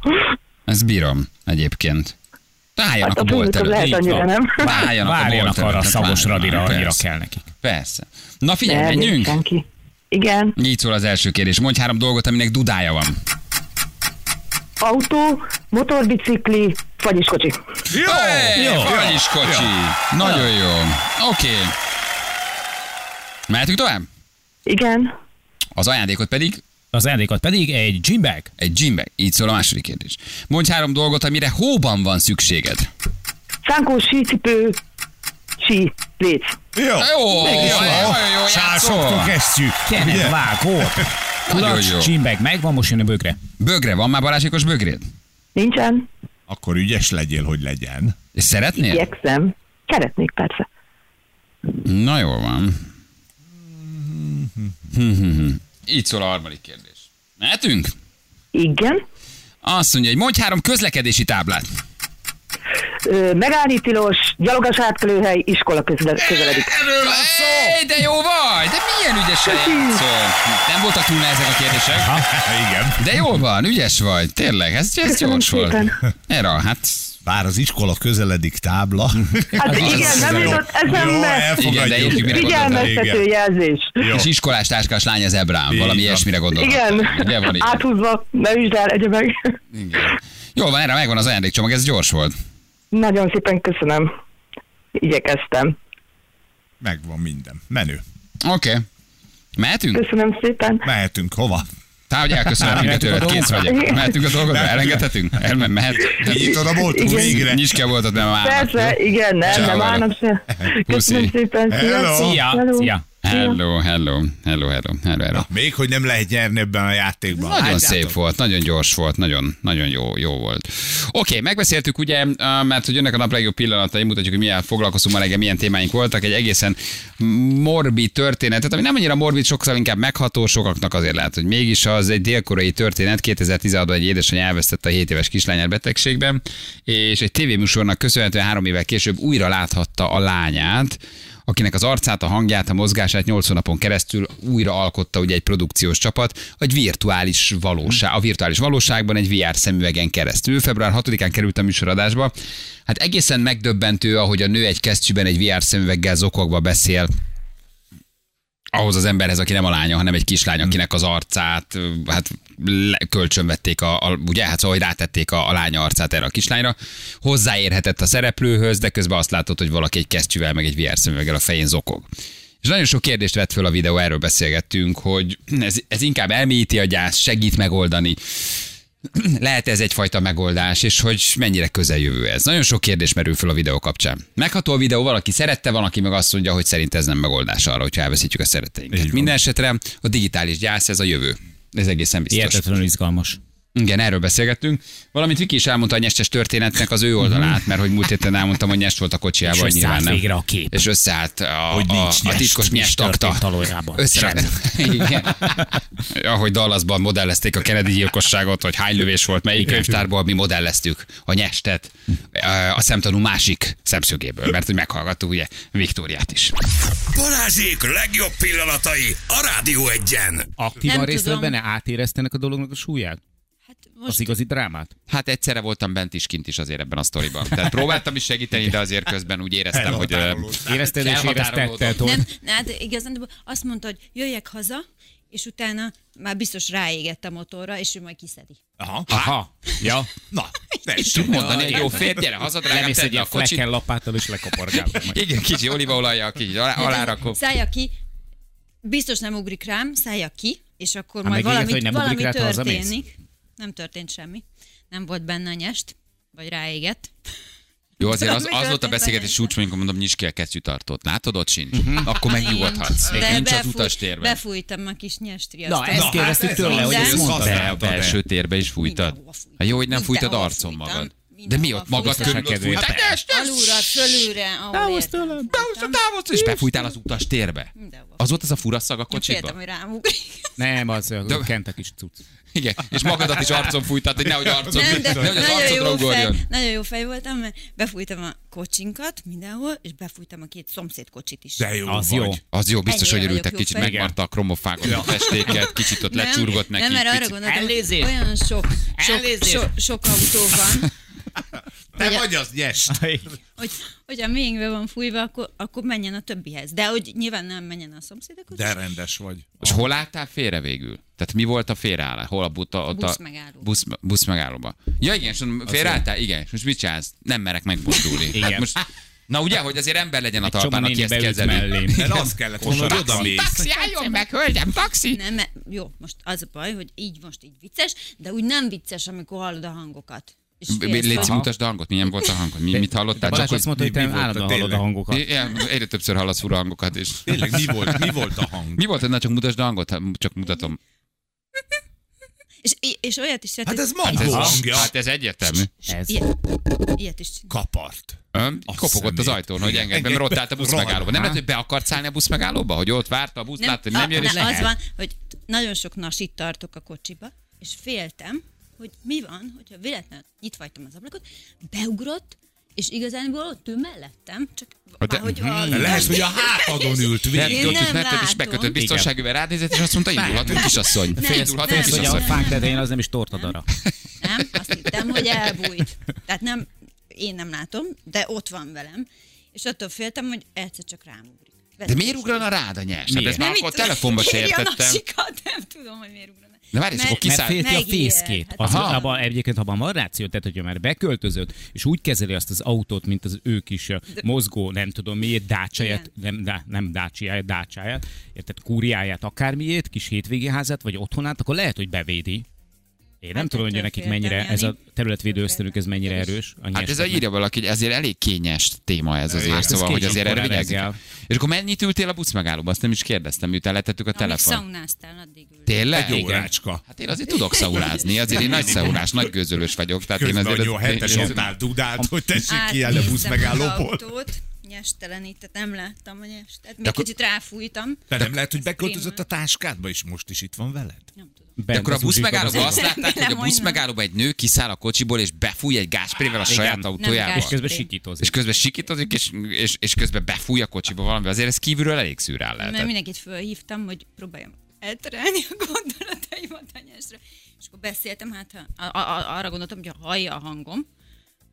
Speaker 1: Ezt bírom egyébként. Tájjanak
Speaker 8: Hát
Speaker 1: a
Speaker 8: a
Speaker 1: bolt
Speaker 8: főnököm
Speaker 1: előtt.
Speaker 8: lehet
Speaker 1: így
Speaker 8: annyira,
Speaker 1: van.
Speaker 8: nem?
Speaker 1: Várjanak a bolt
Speaker 2: Várjanak arra a
Speaker 1: előtt,
Speaker 2: szagos
Speaker 1: várjanak,
Speaker 2: radira, annyira
Speaker 1: persze,
Speaker 2: kell nekik.
Speaker 1: Persze. Na figyelj,
Speaker 8: De
Speaker 1: menjünk.
Speaker 8: mindenki. Igen.
Speaker 1: Így szól az első kérdés. Mondj három dolgot, aminek dudája van.
Speaker 8: Autó, motorbicikli, fagyis kocsi.
Speaker 3: Jó,
Speaker 1: Hey,
Speaker 3: jó.
Speaker 1: Fagyis kocsi. Nagyon jó. Oké. Mehetünk tovább?
Speaker 8: Igen.
Speaker 1: Az ajándékot pedig
Speaker 2: Az ajándékot pedig egy gymbag.
Speaker 1: egy gymbag. Így szól a második kérdés. Mondj három dolgot, amire hóban van szükséged.
Speaker 8: Szánkós sícipő, sí, léc.
Speaker 3: Jó.
Speaker 1: Jó,
Speaker 3: Mégis
Speaker 1: jó,
Speaker 3: van.
Speaker 1: jó, jó,
Speaker 3: Sársogtok
Speaker 1: játszol.
Speaker 3: esztjük.
Speaker 2: Kenet, vágó.
Speaker 1: Nagyon
Speaker 2: Kulacs,
Speaker 1: jó.
Speaker 2: gymbag megvan, most jön a bögre.
Speaker 1: Bögre, van már balázsékos bögréd?
Speaker 8: Nincsen.
Speaker 7: Akkor ügyes legyél, hogy legyen.
Speaker 1: És szeretnél?
Speaker 8: Igyekszem. Szeretnék, persze.
Speaker 1: Na jól van. Mhm. Így szól a harmadik kérdés. Mehetünk?
Speaker 8: Igen.
Speaker 1: Azt mondja, hogy mondj három közlekedési táblát.
Speaker 8: Ö, megállni tilos, gyalogos átkelőhely, iskola közle- közeledik.
Speaker 1: Erről van szó! de jó vagy! De milyen ügyesen játszol! Nem voltak túl ezek a kérdések.
Speaker 7: Igen.
Speaker 1: De jól van, ügyes vagy, tényleg, ez, ez
Speaker 8: Köszönöm
Speaker 1: gyors volt.
Speaker 8: szépen.
Speaker 1: Erre, hát
Speaker 7: Bár az iskola közeledik tábla.
Speaker 8: Hát
Speaker 1: az
Speaker 8: igen,
Speaker 1: az
Speaker 8: nem
Speaker 1: jó.
Speaker 8: jutott
Speaker 7: Jó,
Speaker 8: eszembe.
Speaker 7: elfogadjuk.
Speaker 1: Igen, de értjük, mire
Speaker 8: Figyelmeztető
Speaker 7: Igen.
Speaker 8: jelzés.
Speaker 7: Jó.
Speaker 1: és iskolás táskás lány az ebrám,
Speaker 7: Így
Speaker 1: valami
Speaker 7: van.
Speaker 1: ilyesmire gondolok.
Speaker 8: Igen,
Speaker 1: Ugye van így?
Speaker 8: áthúzva, ne üsd el, egye meg.
Speaker 1: Igen. Jól van, erre megvan az ajándékcsomag, ez gyors volt.
Speaker 8: Nagyon szépen köszönöm. Igyekeztem.
Speaker 7: Megvan minden. Menő.
Speaker 1: Oké. Okay. Mehetünk?
Speaker 8: Köszönöm szépen.
Speaker 7: Mehetünk hova?
Speaker 1: Távgy elköszönöm mindkettőt, kész vagyok. Mehetünk a dolgozra, elengedhetünk? Elme- mehet.
Speaker 7: Kinyitod a boltot
Speaker 8: Hát Igen.
Speaker 7: végre.
Speaker 1: Nyisd kell voltad, nem állnak.
Speaker 8: Persze, igen, nem,
Speaker 1: Ciao,
Speaker 8: nem
Speaker 1: Vara.
Speaker 8: állnak se. Köszönöm szépen.
Speaker 7: Hello.
Speaker 8: sziasztok.
Speaker 2: Szia!
Speaker 8: Hello.
Speaker 2: Szia!
Speaker 1: Hello, hello, hello, hello, hello, hello.
Speaker 7: Na, még hogy nem lehet nyerni ebben a játékban.
Speaker 1: Nagyon
Speaker 7: Látjátok?
Speaker 1: szép volt, nagyon gyors volt, nagyon, nagyon jó, jó volt. Oké, megbeszéltük ugye, á, mert hogy jönnek a nap legjobb pillanatai, mutatjuk, hogy milyen foglalkozunk ma reggel, milyen témáink voltak, egy egészen morbid történetet, ami nem annyira morbid, sokkal inkább megható, sokaknak azért lehet, hogy mégis az egy délkorai történet, 2016-ban egy édesanyja elvesztette a 7 éves kislányát betegségben, és egy tévéműsornak köszönhetően három évvel később újra láthatta a lányát, akinek az arcát, a hangját, a mozgását 8 hónapon keresztül újra alkotta ugye egy produkciós csapat, egy virtuális valóság, a virtuális valóságban egy VR szemüvegen keresztül. Február 6-án került a műsoradásba. Hát egészen megdöbbentő, ahogy a nő egy kesztyűben egy VR szemüveggel zokogva beszél ahhoz az emberhez, aki nem a lánya, hanem egy kislány, akinek az arcát, ö, hát le, kölcsönvették, a, a, ugye, hát szóval, hogy rátették a, a lánya arcát erre a kislányra. Hozzáérhetett a szereplőhöz, de közben azt látod, hogy valaki egy kesztyűvel, meg egy VR szemüveggel a fején zokog. És nagyon sok kérdést vett föl a videó, erről beszélgettünk, hogy ez, ez inkább elmélyíti a gyász, segít megoldani, lehet ez egyfajta megoldás, és hogy mennyire közeljövő ez. Nagyon sok kérdés merül föl a videó kapcsán. Megható a videó, valaki szerette, van, aki meg azt mondja, hogy szerint ez nem megoldás arra, hogyha elveszítjük a szeretteinket. Minden esetre a digitális gyász, ez a jövő. Ez egészen biztos.
Speaker 2: Hihetetlenül izgalmas.
Speaker 1: Igen, erről beszélgettünk. Valamint Viki is elmondta a nyestes történetnek az ő oldalát, mert hogy múlt héten elmondtam, hogy nyest volt a kocsiában,
Speaker 2: Mhm. És
Speaker 1: hogy nyilván
Speaker 2: összeállt
Speaker 1: nem.
Speaker 2: végre a kép.
Speaker 1: És összeállt a,
Speaker 7: Hogy
Speaker 1: a,
Speaker 7: nincs
Speaker 1: a
Speaker 7: nyest,
Speaker 1: titkos
Speaker 2: mi is
Speaker 1: nyest akta.
Speaker 2: történt Talojrában?
Speaker 1: Összerak... Igen. Ahogy Dallasban modellezték a Kennedy gyilkosságot, hogy hány lövés volt, melyik könyvtárból mi modelleztük a nyestet eh, a szemtanú másik szemszögéből, mert hogy meghallgattuk ugye Viktóriát is.
Speaker 9: Balázsék legjobb pillanatai a Rádió Egyen.
Speaker 2: Aktívan
Speaker 10: Nem
Speaker 2: részt vett
Speaker 10: tudom.
Speaker 2: benne? Átéreztenek a dolognak a súlyát?
Speaker 10: Hát
Speaker 2: Az
Speaker 10: most
Speaker 2: igazi drámát?
Speaker 1: Hát egyszerre voltam bent is, kint is azért ebben a sztoriban. Tehát próbáltam is segíteni, de azért közben úgy éreztem, hogy... ö,
Speaker 2: Érezted és
Speaker 1: Elhatárolódott.
Speaker 2: éreztetted, hogy...
Speaker 10: nem, hát igazán de azt mondta, hogy jöjjek haza, és utána már biztos ráégett a motorra, és ő majd kiszedi.
Speaker 7: Aha.
Speaker 2: Aha, ja.
Speaker 7: Na,
Speaker 1: Tud mondani, hogy jó férj, gyere haza, drágám,
Speaker 2: Lemész egy
Speaker 1: tedd le
Speaker 2: ilyen
Speaker 1: a kocsit.
Speaker 2: flekken lapáttal és lekoporgál.
Speaker 1: Igen, kicsi olívaolajjal, kicsi alá- alárakom.
Speaker 10: Szállja ki, biztos nem ugrik rám, szállja ki, és akkor
Speaker 1: Hát
Speaker 2: Ha
Speaker 10: majd
Speaker 2: megígérte,
Speaker 10: valami,
Speaker 2: hogy nem
Speaker 10: valami
Speaker 2: ugrik rád, ha hazamész?
Speaker 10: történik. Nem történt semmi. Nem volt benne a nyest, vagy ráégett.
Speaker 1: Jó, azért az,
Speaker 10: Tudom, Szóval mi
Speaker 1: az volt a
Speaker 10: történt
Speaker 1: beszélgetés
Speaker 10: velem.
Speaker 1: csúcs, amikor mondom, nyisd ki a kesztyűtartót. Látod, ott sincs. Akkor megnyugodhatsz.
Speaker 10: Mhm. De
Speaker 1: Hát Nincs az
Speaker 10: befúj-
Speaker 1: utas térben. Hát
Speaker 10: Befújtam a kis nyestri.
Speaker 2: Na, ezt kérdeztük
Speaker 7: ez
Speaker 2: tőle,
Speaker 10: az.
Speaker 2: hogy ezt
Speaker 10: Minden.
Speaker 2: mondta.
Speaker 1: De a
Speaker 7: Használtad-e?
Speaker 1: belső térbe is fújtad.
Speaker 10: Mindenhova fújtam.
Speaker 1: Hát jó, hogy nem
Speaker 10: Mindenhova
Speaker 1: fújtad arcon
Speaker 10: fújtam.
Speaker 1: magad. De
Speaker 10: Mindenhova
Speaker 1: mi ott magad
Speaker 10: fújtam. Hát
Speaker 1: körül ott
Speaker 2: Kedvéért.
Speaker 1: fújtad? Yes, yes.
Speaker 10: Alulra, fölülre, ahol
Speaker 2: Távozz
Speaker 10: értem.
Speaker 2: tőlem.
Speaker 1: Távozz, távozz, és befújtál az utas térbe.
Speaker 10: Mindenhova.
Speaker 1: Az volt az a fura szag a
Speaker 10: Nem féltem,
Speaker 1: kocsiba?
Speaker 10: hogy rám ugrik.
Speaker 2: Nem, az
Speaker 1: De-
Speaker 2: a kentek is cucc.
Speaker 1: Igen, és magadat is arcon fújtad, hogy nehogy arcon,
Speaker 10: Nem, de
Speaker 1: nehogy az
Speaker 10: nagyon
Speaker 1: arcodra
Speaker 10: jó, fej,
Speaker 1: ugorjon.
Speaker 10: nagyon jó fej voltam, mert befújtam a kocsinkat mindenhol, és befújtam a két szomszéd kocsit is.
Speaker 7: de jó
Speaker 2: Az
Speaker 7: vagy.
Speaker 2: jó.
Speaker 1: Az jó, biztos,
Speaker 10: Ennyire
Speaker 1: hogy örültek,
Speaker 10: vagyok jó
Speaker 1: kicsit
Speaker 10: fej.
Speaker 1: megmarta a kromofágot, a festéket, kicsit ott lecsurgott neki.
Speaker 10: nem, mert arra
Speaker 1: picit-
Speaker 10: gondoltam, hogy
Speaker 2: Elnézést!
Speaker 10: olyan sok, sok,
Speaker 2: Elnézést!
Speaker 10: so, sok autó van,
Speaker 7: Te vagy az nyes.
Speaker 10: hogy, hogy a miénkbe van fújva, akkor, akkor menjen a többihez. De hogy nyilván nem menjen a szomszédokhoz.
Speaker 7: De rendes vagy.
Speaker 1: És hol álltál félre végül? Tehát mi volt a félreállás? Hol a buta? Ott
Speaker 10: Busz
Speaker 1: a...
Speaker 10: megálló.
Speaker 1: Busz, busz megállóba. Ja igen, és mondom, félreálltál? Igen. És most mit csinálsz? Nem merek megmozdulni.
Speaker 2: Igen.
Speaker 1: Hát most... Na ugye, hogy azért ember legyen a
Speaker 2: Egy csomó
Speaker 1: talpán, aki
Speaker 2: néni
Speaker 1: ezt
Speaker 2: beült
Speaker 1: kezeli.
Speaker 2: mellém.
Speaker 7: Mert azt kellett volna, hogy oda mész.
Speaker 1: Taxi, álljon meg, hölgyem, taxi!
Speaker 10: Nem, mert jó, most az a baj, hogy így most így vicces, de úgy nem vicces, amikor hallod a hangokat. És félsz,
Speaker 1: Légy
Speaker 10: hogy-
Speaker 1: mutasd a hangot, milyen volt a hangod, mi, mit hallottál?
Speaker 2: Balázs azt mondta, hogy
Speaker 7: mi-
Speaker 2: te
Speaker 7: mi volt a
Speaker 2: állandóan hallod a
Speaker 7: tényleg?
Speaker 2: hangokat.
Speaker 1: Igen, egyre többször hallasz fura hangokat, és...
Speaker 7: Tényleg, mi volt, mi volt a hang?
Speaker 1: Mi volt, na csak mutasd a hangot, ha- csak mutatom.
Speaker 10: És, és olyat is
Speaker 7: Hát ez
Speaker 1: Hát
Speaker 7: maga
Speaker 1: ez,
Speaker 7: hangja.
Speaker 1: hát ez egyértelmű.
Speaker 2: Ez.
Speaker 10: Ilyet, ilyet is csinál.
Speaker 7: Kapart.
Speaker 1: Öm,
Speaker 7: A
Speaker 1: Kopogott az
Speaker 7: szemét.
Speaker 1: ajtón, hogy
Speaker 7: Igen.
Speaker 1: engedj be, mert ott állt a busz
Speaker 7: Rohan.
Speaker 1: megállóba. Nem lehet, hogy be akart szállni a busz megállóba? Hogy ott várta a busz, látta, hogy nem
Speaker 10: a-
Speaker 1: jön, és
Speaker 10: az van, hogy nagyon sok nasit tartok a kocsiba, és féltem, hogy mi van, hogyha véletlenül nyitva hagytam az ablakot, beugrott, és igazából ott ő mellettem, csak
Speaker 1: Mhm. de-
Speaker 10: ahogy a...
Speaker 7: Lehet, hogy a hátadon ült
Speaker 10: Én
Speaker 7: végig.
Speaker 10: nem
Speaker 1: Ott mert és
Speaker 10: látom.
Speaker 1: bekötött biztonságüvel ránézett, és azt mondta, indulhatunk, kisasszony.
Speaker 10: Nem,
Speaker 1: Indulhatunk,
Speaker 10: nem,
Speaker 2: Félsz, hogy a
Speaker 1: kisasszony.
Speaker 10: nem.
Speaker 2: fák tetején az nem is tortadara.
Speaker 10: Nem, azt hittem, hogy elbújt. Tehát nem, én nem látom, de ott van velem, és attól féltem, hogy egyszer csak rám ugrik.
Speaker 1: De miért ugrana rád a nyers? Hát
Speaker 2: Miért?
Speaker 1: ezt már
Speaker 10: Mit
Speaker 1: akkor
Speaker 10: tudom,
Speaker 1: telefonba se
Speaker 10: kérje a
Speaker 1: értettem.
Speaker 10: nasikat, nem tudom, hogy miért ugrana.
Speaker 1: Na várj, és
Speaker 10: Mert-
Speaker 1: akkor
Speaker 10: mert
Speaker 2: Mert
Speaker 1: kiszáll.
Speaker 2: félti a
Speaker 10: Megijed.
Speaker 2: fészkét.
Speaker 10: Hát
Speaker 2: Az,
Speaker 10: Aha.
Speaker 2: abban, egyébként abban van ráció, tehát hogyha már beköltözött, és úgy kezeli azt az autót, mint az ő kis ö, mozgó, nem tudom miért, dácsáját, nem, dá, nem dácsiáját, dácsáját, érted, kúriáját, akármiét, kis hétvégi házát, vagy otthonát, akkor lehet, hogy bevédi. Én nem
Speaker 10: Hát
Speaker 2: tudom, hogy
Speaker 10: ettől
Speaker 2: nekik
Speaker 10: féltem,
Speaker 2: mennyire ez a
Speaker 10: Jani.
Speaker 2: területvédő ösztönük, ez mennyire erős. a
Speaker 1: Hát ez a
Speaker 2: nyersnek.
Speaker 1: írja valaki, hogy ezért elég kényes téma ez azért,
Speaker 2: Hát ez
Speaker 1: szóval, hogy
Speaker 2: kényes,
Speaker 1: azért
Speaker 2: akkor
Speaker 1: erre vigyázzunk.
Speaker 2: reggel.
Speaker 1: És akkor mennyit ültél a busz megállóba? Azt nem is kérdeztem, miután letettük a
Speaker 10: Amíg
Speaker 1: telefon.
Speaker 10: szaunáztál, addig ült.
Speaker 1: Tényleg?
Speaker 7: Egy órácska.
Speaker 1: Hát én azért tudok szaulázni, azért én nagy szaulás, nagy gőzölős vagyok.
Speaker 2: Hát
Speaker 1: Tehát én
Speaker 7: Közben
Speaker 1: azért...
Speaker 7: a hetes
Speaker 1: én-
Speaker 7: adnál dudált, hogy tessék ki el a busz
Speaker 10: Átnéztem
Speaker 7: megállóból.
Speaker 10: Hát az autót, nyestelenített, nem láttam a nyestet. Még
Speaker 1: akkor-
Speaker 10: kicsit ráfújtam.
Speaker 7: De nem lehet, hogy beköltözött a táskádba, és most is itt van veled?
Speaker 10: Nem tudom.
Speaker 2: Bent
Speaker 1: De akkor a
Speaker 2: az
Speaker 1: busz
Speaker 2: Uzsiba
Speaker 1: megállóba
Speaker 2: bazeg.
Speaker 1: azt látták, hogy a busz
Speaker 10: Lemondom.
Speaker 1: megállóba egy nő kiszáll a kocsiból, és befúj egy gásprével a saját
Speaker 2: Nem
Speaker 1: autójába.
Speaker 2: És közben
Speaker 10: Én.
Speaker 2: sikítozik.
Speaker 1: És közben sikítozik, és, és, és közben befúj a kocsiba valami. Azért ez kívülről elég szűrál
Speaker 10: Mert
Speaker 1: lehetett.
Speaker 10: mindenkit fölhívtam, hogy próbáljam elterelni a gondolataimat a nyesre. És akkor beszéltem, hát ha, a, a, arra gondoltam, hogy ha hallja a hangom,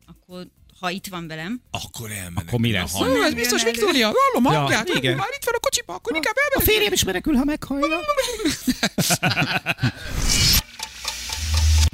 Speaker 10: akkor ha itt van velem,
Speaker 7: Akkor elmenek.
Speaker 2: Akkor mi lesz?
Speaker 10: Ó, ez biztos Viktória,
Speaker 2: hallom hangját, ja, igen.
Speaker 1: Már itt van a kocsiba, akkor inkább
Speaker 2: A férjem is menekül, ha meghallja.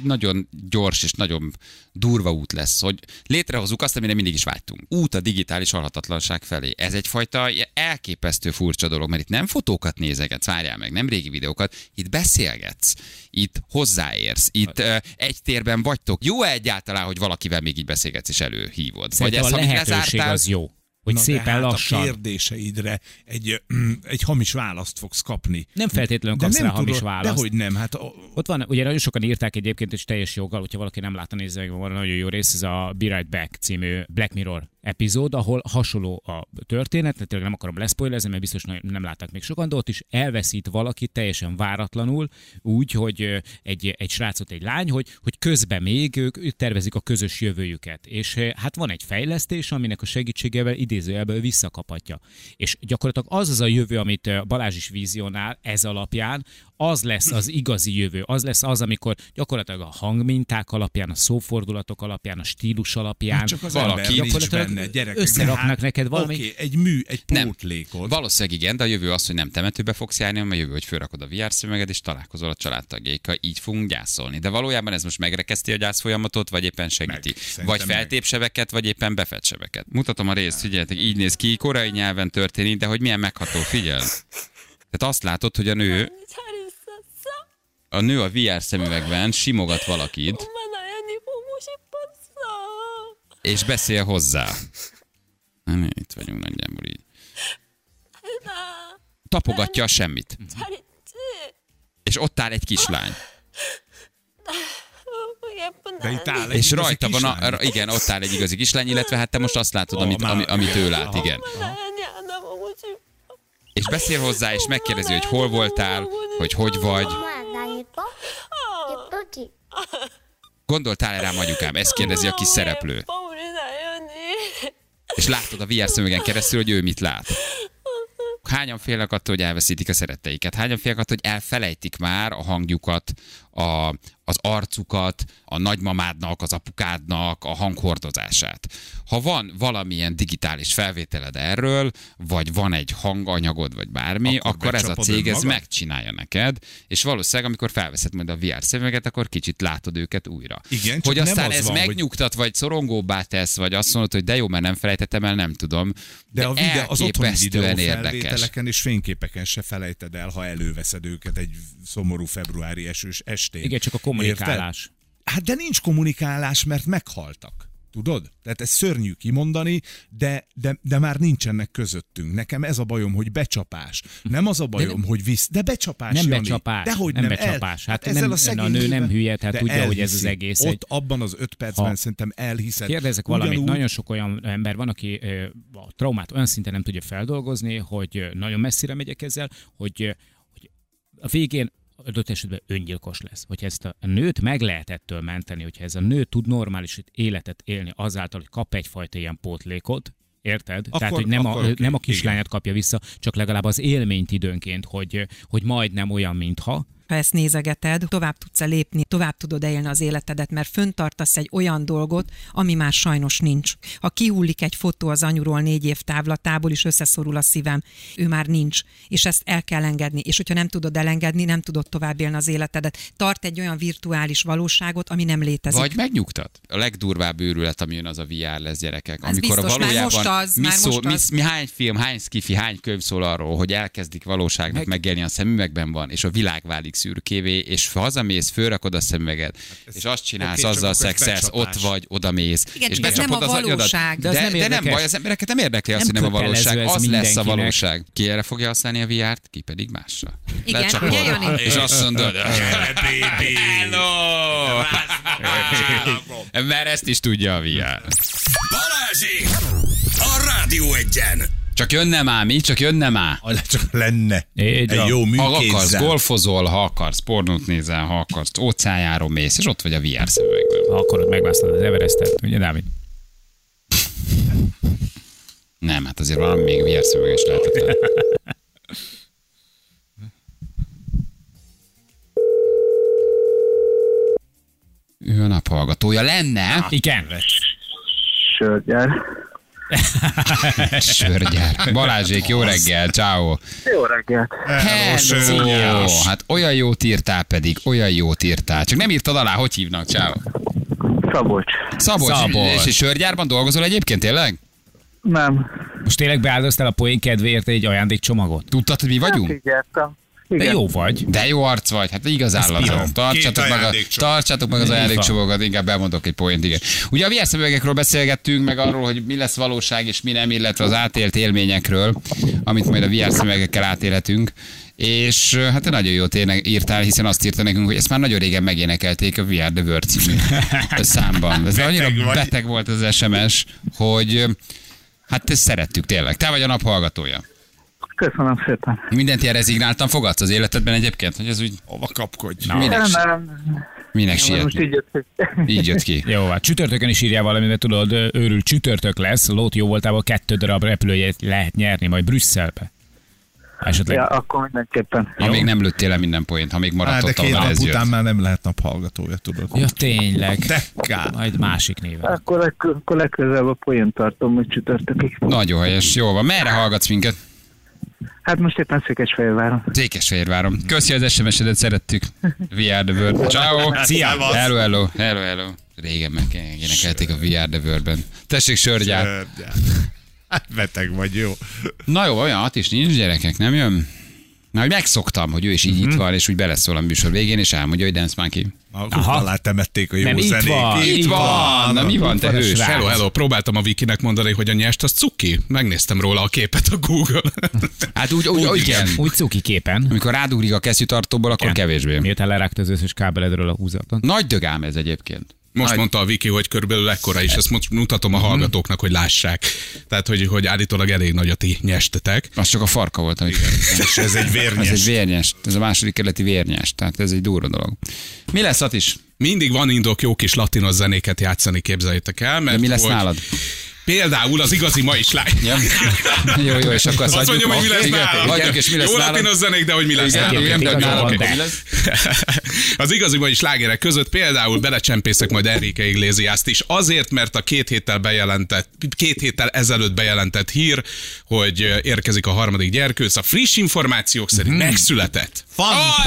Speaker 1: nagyon gyors és nagyon durva út lesz, hogy létrehozzuk azt, amire mindig is vágytunk. Út a digitális halhatatlanság felé. Ez egyfajta ilyen elképesztő furcsa dolog, mert itt nem fotókat nézegetsz, várjál meg, nem régi videókat, itt beszélgetsz, itt hozzáérsz, itt uh, egy térben vagytok. Jó -e egyáltalán, hogy valakivel még így beszélgetsz és előhívod?
Speaker 2: Szerintem a
Speaker 1: ezt, amit
Speaker 2: lehetőség
Speaker 1: lezártál-
Speaker 2: az jó. Hogy
Speaker 7: Na de
Speaker 2: szépen
Speaker 7: hát
Speaker 2: lassan.
Speaker 7: A kérdéseidre egy, mm, egy hamis választ fogsz kapni.
Speaker 2: Nem feltétlenül kapsz rá hamis választ.
Speaker 7: Dehogy nem, hát a,
Speaker 2: Ott van, ugye nagyon sokan írták egyébként, és teljes joggal, hogyha valaki nem látta, nézze meg, van nagyon jó rész, ez a Be Right Back című Black Mirror epizód, ahol hasonló a történet, tehát tényleg nem akarom leszpoilezni, mert biztos nagyon- nem látták még sokan, de ott is elveszít valaki teljesen váratlanul, úgy, hogy ö, egy, egy srácot, egy lány, hogy, hogy közben még ők ők tervezik a közös jövőjüket. És ö, hát van egy fejlesztés, aminek a segítségével idézőjelben ő visszakaphatja. És gyakorlatilag az az a jövő, amit ö, Balázs is vizionál ez alapján, az lesz az igazi jövő. Az lesz az, amikor gyakorlatilag a hangminták alapján, a szófordulatok alapján, a stílus alapján
Speaker 7: Hát csak az
Speaker 1: valaki
Speaker 7: ember nincs
Speaker 2: gyakorlatilag
Speaker 7: benne, gyerekek.
Speaker 2: összeraknak
Speaker 7: De hát,
Speaker 2: neked valami-
Speaker 7: Oké, egy mű, egy
Speaker 1: Nem.
Speaker 7: pótlékot.
Speaker 1: Valószínűleg igen, de a jövő az, hogy nem temetőbe fogsz járni, hanem a jövő, hogy fölrakod a VR szemüveged, és találkozol a családtagjaikkal, így fogunk gyászolni. De valójában ez most megrekeszti a gyász folyamatot, vagy éppen segíti.
Speaker 7: Meg,
Speaker 1: Meg,
Speaker 7: szerintem
Speaker 1: vagy
Speaker 7: meg.
Speaker 1: feltépsebeket, vagy éppen befetsebeket. Mutatom a részt, figyeljetek, így néz ki, korai nyelven történik, de hogy milyen megható, figyel. Tehát azt látod, hogy a nő, a nő a VR szemüvegben simogat valakit, és beszél hozzá. Na, Itt vagyunk nagyjából így. Tapogatja a semmit. És ott áll egy kislány.
Speaker 7: De itt áll egy
Speaker 1: És
Speaker 7: igazi
Speaker 1: rajta van, a,
Speaker 7: kislány.
Speaker 1: ra- igen, ott áll egy igazi kislány, illetve hát te most azt látod,
Speaker 7: Ó,
Speaker 1: amit,
Speaker 7: már-
Speaker 1: ami, amit ő lát,
Speaker 7: Aha.
Speaker 1: igen. És beszél hozzá, és megkérdezi, hogy hol voltál, hogy hogy vagy. Gondoltál-e rám anyukám? Ezt kérdezi a kis szereplő. És látod a VR szemüvegen keresztül, hogy ő mit lát. Hányan félnek attól, hogy elveszítik a szeretteiket? Hányan félnek attól, hogy elfelejtik már a hangjukat, a, az arcukat, a nagymamádnak, az apukádnak a hanghordozását? Ha van valamilyen digitális felvételed erről, vagy van egy hanganyagod, vagy bármi,
Speaker 7: Akkor
Speaker 1: akkor, akkor ez a
Speaker 7: becsapod
Speaker 1: cég ez
Speaker 7: önmagad?
Speaker 1: megcsinálja neked, és valószínűleg, amikor felveszed majd a VR szemüveget, akkor kicsit látod őket újra.
Speaker 7: Igen, csak
Speaker 1: hogy
Speaker 7: nem
Speaker 1: aztán
Speaker 7: az
Speaker 1: ez
Speaker 7: van, hogy-
Speaker 1: megnyugtat, vagy szorongóbbá tesz, vagy azt mondod, hogy de jó, mert nem felejtettem el, nem tudom.
Speaker 7: De a videó, az otthoni videó
Speaker 1: elképesztően érdekes.
Speaker 7: felvételeken és fényképeken se felejted el, ha előveszed őket egy szomorú februári esős estén.
Speaker 2: Igen, csak a kommunikálás.
Speaker 7: Érted? Hát de nincs kommunikálás, mert meghaltak. Tudod? Tehát ez szörnyű kimondani, de, de, de már nincsenek közöttünk. Nekem ez a bajom, hogy becsapás. Nem az a bajom, de, hogy visz, de becsapás,
Speaker 2: Nem
Speaker 7: Jani.
Speaker 2: becsapás.
Speaker 7: Dehogy
Speaker 2: nem,
Speaker 7: nem
Speaker 2: becsapás.
Speaker 7: El,
Speaker 2: Hát nem, a, a nő nem hülye, tehát tudja, hogy ez az egész.
Speaker 7: Ott
Speaker 2: egy-
Speaker 7: abban az öt percben
Speaker 2: Ha.
Speaker 7: ha. szerintem elhiszed.
Speaker 2: Kérdezek valamit. Nagyon sok olyan ember van, aki ö, a traumát olyan szinten nem tudja feldolgozni, hogy ö, nagyon messzire megyek ezzel, hogy, ö, hogy a végén adott esetben öngyilkos lesz. Hogyha ezt a nőt meg lehet ettől menteni, hogyha ez a nő tud normális életet élni azáltal, hogy kap egyfajta ilyen pótlékot, Érted?
Speaker 7: Akkor-
Speaker 2: Tehát, hogy nem,
Speaker 7: akkor
Speaker 2: a,
Speaker 7: oké.
Speaker 2: nem a
Speaker 7: Igen.
Speaker 2: kislányát kapja vissza, csak legalább az élményt időnként, hogy, hogy majdnem olyan, mintha.
Speaker 11: ha ezt nézegeted, tovább tudsz lépni, tovább tudod élni az életedet, mert föntartasz egy olyan dolgot, ami már sajnos nincs. Ha kihullik egy fotó az anyuról négy év távlatából, és összeszorul a szívem, ő már nincs, és ezt el kell engedni. És hogyha nem tudod elengedni, nem tudod tovább élni az életedet. Tart egy olyan virtuális valóságot, ami nem létezik.
Speaker 1: Vagy megnyugtat. A legdurvább őrület, ami jön, az a VR lesz gyerekek.
Speaker 11: Az biztos, már most az,
Speaker 1: mi,
Speaker 11: már
Speaker 1: szól,
Speaker 11: most az.
Speaker 1: Mi, mi, hány film, hány skifi, hány könyv szól arról, hogy elkezdik valóságnak Meg... megélni a szemüvegben van, és a világ válik szürkévé, és hazamész, fölrakod a szemüveget, hát és azt csinálsz,
Speaker 7: oké,
Speaker 1: okay,
Speaker 7: csak
Speaker 1: azzal
Speaker 7: akkor ez
Speaker 1: szexelsz, ott
Speaker 7: becsapás.
Speaker 1: vagy, odamész.
Speaker 11: Igen,
Speaker 1: és
Speaker 11: csak ez nem
Speaker 1: becsapod
Speaker 11: a
Speaker 1: az agyadat.
Speaker 11: valóság.
Speaker 1: De,
Speaker 2: De ez
Speaker 1: de,
Speaker 2: nem
Speaker 1: nem, de nem
Speaker 2: érdekes.
Speaker 1: baj, az embereket nem érdekli az,
Speaker 2: Nem
Speaker 1: hogy nem a valóság,
Speaker 2: kötelező ez
Speaker 1: az lesz a
Speaker 2: mindenkinek.
Speaker 1: valóság. Ki erre fogja használni a VR-t, ki pedig másra.
Speaker 11: Igen,
Speaker 1: Lecsapod,
Speaker 11: ugye, Jani?
Speaker 1: És azt mondod, hello! Mert ezt is tudja a VR.
Speaker 9: Balázsék! A Rádió Egyen!
Speaker 1: Csak jönne már, mi? Csak jönne már.
Speaker 3: Ha csak lenne.
Speaker 2: Így van.
Speaker 3: Egy jó
Speaker 1: Ha akarsz,
Speaker 3: műkézzel.
Speaker 1: golfozol, ha akarsz, pornót nézel, ha akarsz, óceánjáról mész, és ott vagy a VR szemüvegben.
Speaker 2: Akkor ott megvásztad az Everestet, ugye Dávid?
Speaker 1: Nem, hát azért valami még VR szemüveges lehetetlen. Ő a naphallgatója lenne,
Speaker 2: Igen.
Speaker 6: Sörgyen.
Speaker 1: sörgyár. Balázsék, jó reggel, ciao.
Speaker 6: Jó reggelt.
Speaker 1: Hello,
Speaker 3: sörgyár.
Speaker 1: hát olyan jót írtál pedig, olyan jót írtál. Csak nem írtad alá, hogy hívnak, ciao.
Speaker 6: Szabolcs.
Speaker 1: Szabolcs,
Speaker 2: Szabolcs.
Speaker 1: és egy sörgyárban dolgozol egyébként, tényleg?
Speaker 6: Nem.
Speaker 2: Most tényleg beáldoztál a poén kedvéért egy ajándékcsomagot?
Speaker 1: Tudtad, hogy mi vagyunk?
Speaker 6: Figyeltem.
Speaker 2: De jó vagy.
Speaker 1: De jó arc vagy, hát igazán lazán.
Speaker 3: pirom.
Speaker 1: Tartsátok
Speaker 3: Két
Speaker 1: meg, a,
Speaker 3: ajándékcsomag.
Speaker 1: tartsátok meg az
Speaker 2: Így van.
Speaker 1: ajándékcsomagokat, inkább elmondok egy poént, igen. Ugye a VR szemüvegekről beszélgettünk, meg arról, hogy mi lesz valóság és mi nem, illetve az átélt élményekről, amit majd a VR szemüvegekkel átélhetünk. És ö, hát te nagyon jót érne, írtál, hiszen azt írta nekünk, hogy ezt már nagyon régen megénekelték a VR The Word című számban. Ez
Speaker 3: Beteg
Speaker 1: annyira
Speaker 3: vagy.
Speaker 1: beteg volt az SMS, hogy ö, hát ezt szerettük tényleg. Te vagy a nap hallgatója.
Speaker 6: Köszönöm szépen.
Speaker 1: Mindent ilyen rezignáltan fogadsz az életedben egyébként, hogy ez úgy
Speaker 3: Hova kapkodj?
Speaker 1: minek,
Speaker 6: Nem,
Speaker 1: si-
Speaker 6: nem.
Speaker 1: minek
Speaker 6: Most
Speaker 1: sietni.
Speaker 6: így jött.
Speaker 1: Így jött ki.
Speaker 2: Jó, hát csütörtökön is írjál valamivel, tudod, őrül csütörtök lesz, lót jó voltában kettő darab repülőjét lehet nyerni, majd Brüsszelbe. Esetleg.
Speaker 6: Ja,
Speaker 2: Ja.
Speaker 6: akkor mindenképpen.
Speaker 1: Ha még nem lőttél el minden poént, ha még
Speaker 7: Á,
Speaker 1: maradt
Speaker 7: de
Speaker 1: ott,
Speaker 7: két
Speaker 1: ahol
Speaker 7: nap
Speaker 1: ez jött.
Speaker 7: után már nem lehet naphallgatója, tudod.
Speaker 2: ja, tényleg.
Speaker 7: De kár.
Speaker 2: Majd másik néven.
Speaker 6: Akkor, leg- akkor legközelebb a poén tartom, hogy csütörtökig.
Speaker 1: Nagyon helyes, jó van. Merre hallgatsz minket?
Speaker 6: Hát most éppen Székesfehérváron.
Speaker 1: Székesfehérváron. Köszi az SMS-edet, szerettük. VR the World. Ciao.
Speaker 2: Szia.
Speaker 1: Hello, hello. Hello, hello. Régen meg énekelték a VR the World-ben. Tessék, sörgyár.
Speaker 3: Sörgyár. Hát Beteg vagy, jó.
Speaker 1: Na jó, olyan hat is nincs gyerekek, nem jön? Na, hogy megszoktam, hogy ő is
Speaker 7: Mhm.
Speaker 1: így itt van, és úgy beleszól a műsor végén, és elmondja, hogy Dance Monkey.
Speaker 3: Aha. Alá temették a jó
Speaker 2: Nem, itt
Speaker 3: zenék.
Speaker 2: van.
Speaker 7: Ah,
Speaker 1: Itt
Speaker 2: Így
Speaker 1: van!
Speaker 2: van.
Speaker 1: Na, mi van, te
Speaker 2: Itt van a
Speaker 1: hős?
Speaker 2: srác.
Speaker 1: Hello,
Speaker 7: Hello,
Speaker 1: hello.
Speaker 7: hello, próbáltam a Vikinek mondani, hogy a nyest az cuki. Megnéztem róla a képet a Google.
Speaker 1: Hát úgy, úgy, úgy igen.
Speaker 2: Úgy cuki képen.
Speaker 1: Amikor rádugrik a kesztyűtartóból, akkor kevésbé.
Speaker 2: Miután lerágtad az összes kábeledről a húzaton.
Speaker 1: Nagy dögám ez egyébként.
Speaker 7: Most
Speaker 1: Nagy-
Speaker 7: mondta a Viki, hogy körülbelül ekkora is, ezt most mutatom a hallgatóknak, hogy lássák. Tehát, hogy, hogy állítólag elég nagy a ti nyestetek.
Speaker 1: Az csak a farka volt, amit...
Speaker 3: És ez egy
Speaker 1: Ez egy
Speaker 3: vérnyes.
Speaker 1: vérnyes, ez a második kerületi vérnyes, tehát ez egy durva dolog. Mi lesz, Atis?
Speaker 7: Mindig van indok jó kis latinos zenéket játszani, képzeljétek el. Mert
Speaker 1: De mi lesz
Speaker 7: hogy
Speaker 1: nálad?
Speaker 7: Például az igazi ma is lány.
Speaker 1: Ja. Jó, jó, és akkor azt
Speaker 7: Azt
Speaker 1: hagyjuk.
Speaker 7: mondjam, hogy mi lesz
Speaker 1: Igen,
Speaker 7: nálad.
Speaker 1: Hagyjuk, és mi lesz
Speaker 7: Jó hát
Speaker 1: nálad?
Speaker 7: latinos zenék, de hogy mi lesz
Speaker 1: Igen,
Speaker 7: nálad.
Speaker 1: igen, de
Speaker 2: Igazából
Speaker 1: nálad,
Speaker 2: van,
Speaker 1: akkor
Speaker 2: de.
Speaker 1: mi lesz?
Speaker 7: Az igazi mai slágerek között például belecsempészek majd Enrique Iglesiast is, azért, mert a két héttel bejelentett, két héttel ezelőtt bejelentett hír, hogy érkezik a harmadik gyerkőc, a friss információk szerint
Speaker 1: Mhm.
Speaker 7: megszületett.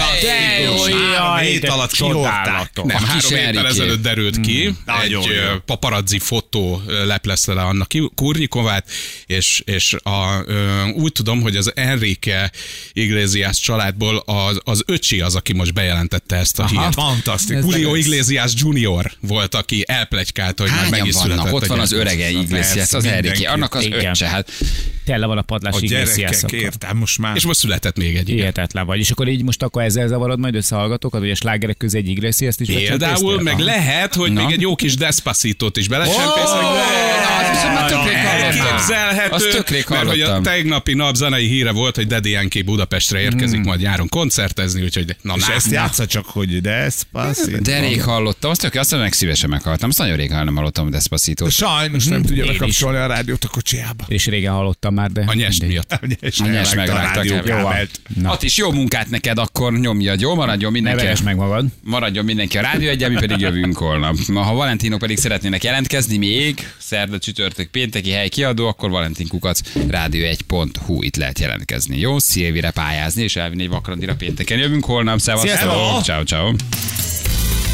Speaker 3: Fantasztikus.
Speaker 2: Jaj,
Speaker 3: Három
Speaker 2: jaj,
Speaker 3: hét
Speaker 2: de
Speaker 3: alatt kihordták.
Speaker 2: csodálatos.
Speaker 7: Nem,
Speaker 1: A
Speaker 7: három
Speaker 1: kis
Speaker 7: héttel
Speaker 1: Enrique.
Speaker 7: ezelőtt derült ki,
Speaker 3: Nagyon
Speaker 7: egy
Speaker 3: jó.
Speaker 7: ö, paparazzi fotó ö, leplezte le a Anna Kurnikovát, és, és a, ö, úgy tudom, hogy az Enrique Iglesias családból az, az öcsi az, aki most bejelentette ezt a
Speaker 3: Aha,
Speaker 7: hírt.
Speaker 3: fantasztikus.
Speaker 7: Julio Iglesias Junior volt, aki elplegykálta, hogy már meg
Speaker 1: Hányan
Speaker 7: is
Speaker 1: vannak?
Speaker 7: született
Speaker 1: Ott
Speaker 7: a
Speaker 1: van az
Speaker 7: gyermek.
Speaker 1: örege Iglesias,
Speaker 7: Persze,
Speaker 1: az
Speaker 7: mindenki.
Speaker 1: Eriki, annak az
Speaker 2: Igen.
Speaker 1: öccse. Hát
Speaker 2: Tele van a padlás
Speaker 3: A
Speaker 2: Iglesias.
Speaker 3: gyerekek, értem, most már.
Speaker 7: És most született még egy. igen.
Speaker 2: Hihetetlen vagy. És akkor így most akkor ezzel zavarod majd összehallgatókat, hogy a slágerek közé egy Iglesias-t is
Speaker 7: Például,
Speaker 2: becsempésztél?
Speaker 7: meg
Speaker 2: Aha.
Speaker 7: lehet, Hát, hogy
Speaker 1: Na.
Speaker 7: még egy jó kis despacitot is belecsempészek.
Speaker 1: Ó, na, az viszont már tök rég hallottam.
Speaker 7: Elképzelhető,
Speaker 1: Azt tök rég
Speaker 7: mert hogy a
Speaker 1: hallottam.
Speaker 7: tegnapi nap zenei híre volt, hogy Dedi Enki Budapestre érkezik majd nyáron koncertezni, úgyhogy na,
Speaker 3: Hmm. És
Speaker 7: na,
Speaker 3: ezt
Speaker 7: na.
Speaker 3: játsza csak, hogy despacito.
Speaker 1: de rég hallottam, azt tökéletes, azt meg szívesen meghallottam, azt nagyon rég nem hallottam Despacito.
Speaker 3: Sajnos
Speaker 7: Hmm.
Speaker 3: nem tudja
Speaker 2: Én is.
Speaker 3: bekapcsolni a rádiót a kocsiába.
Speaker 2: És régen hallottam már, de...
Speaker 7: a nyest miatt.
Speaker 1: A nyers megrágták.
Speaker 3: rádiókábelt.
Speaker 1: Na. Ott is jó munkát neked, akkor nyomjad, jó? Maradjon
Speaker 2: Ne
Speaker 1: mindenki.
Speaker 2: veresd meg magad.
Speaker 1: Maradjon mindenki a rádió egyen, mi pedig jövünk holnap. Na, ha Valentinok pedig szeretnének jelentkezni még, szerda, csütörtök, pénteki hely kiadó, akkor Valentin Kukac rádió1.hu itt lehet jelentkezni. Jó, Szilvire pályázni és elvinni egy vakrandira pénteken. Jövünk holnap, szevasztok.
Speaker 3: Sziasztok!
Speaker 1: Ciao, ciao.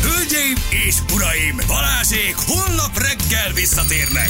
Speaker 9: Hölgyeim és uraim, Balázsék holnap reggel visszatérnek.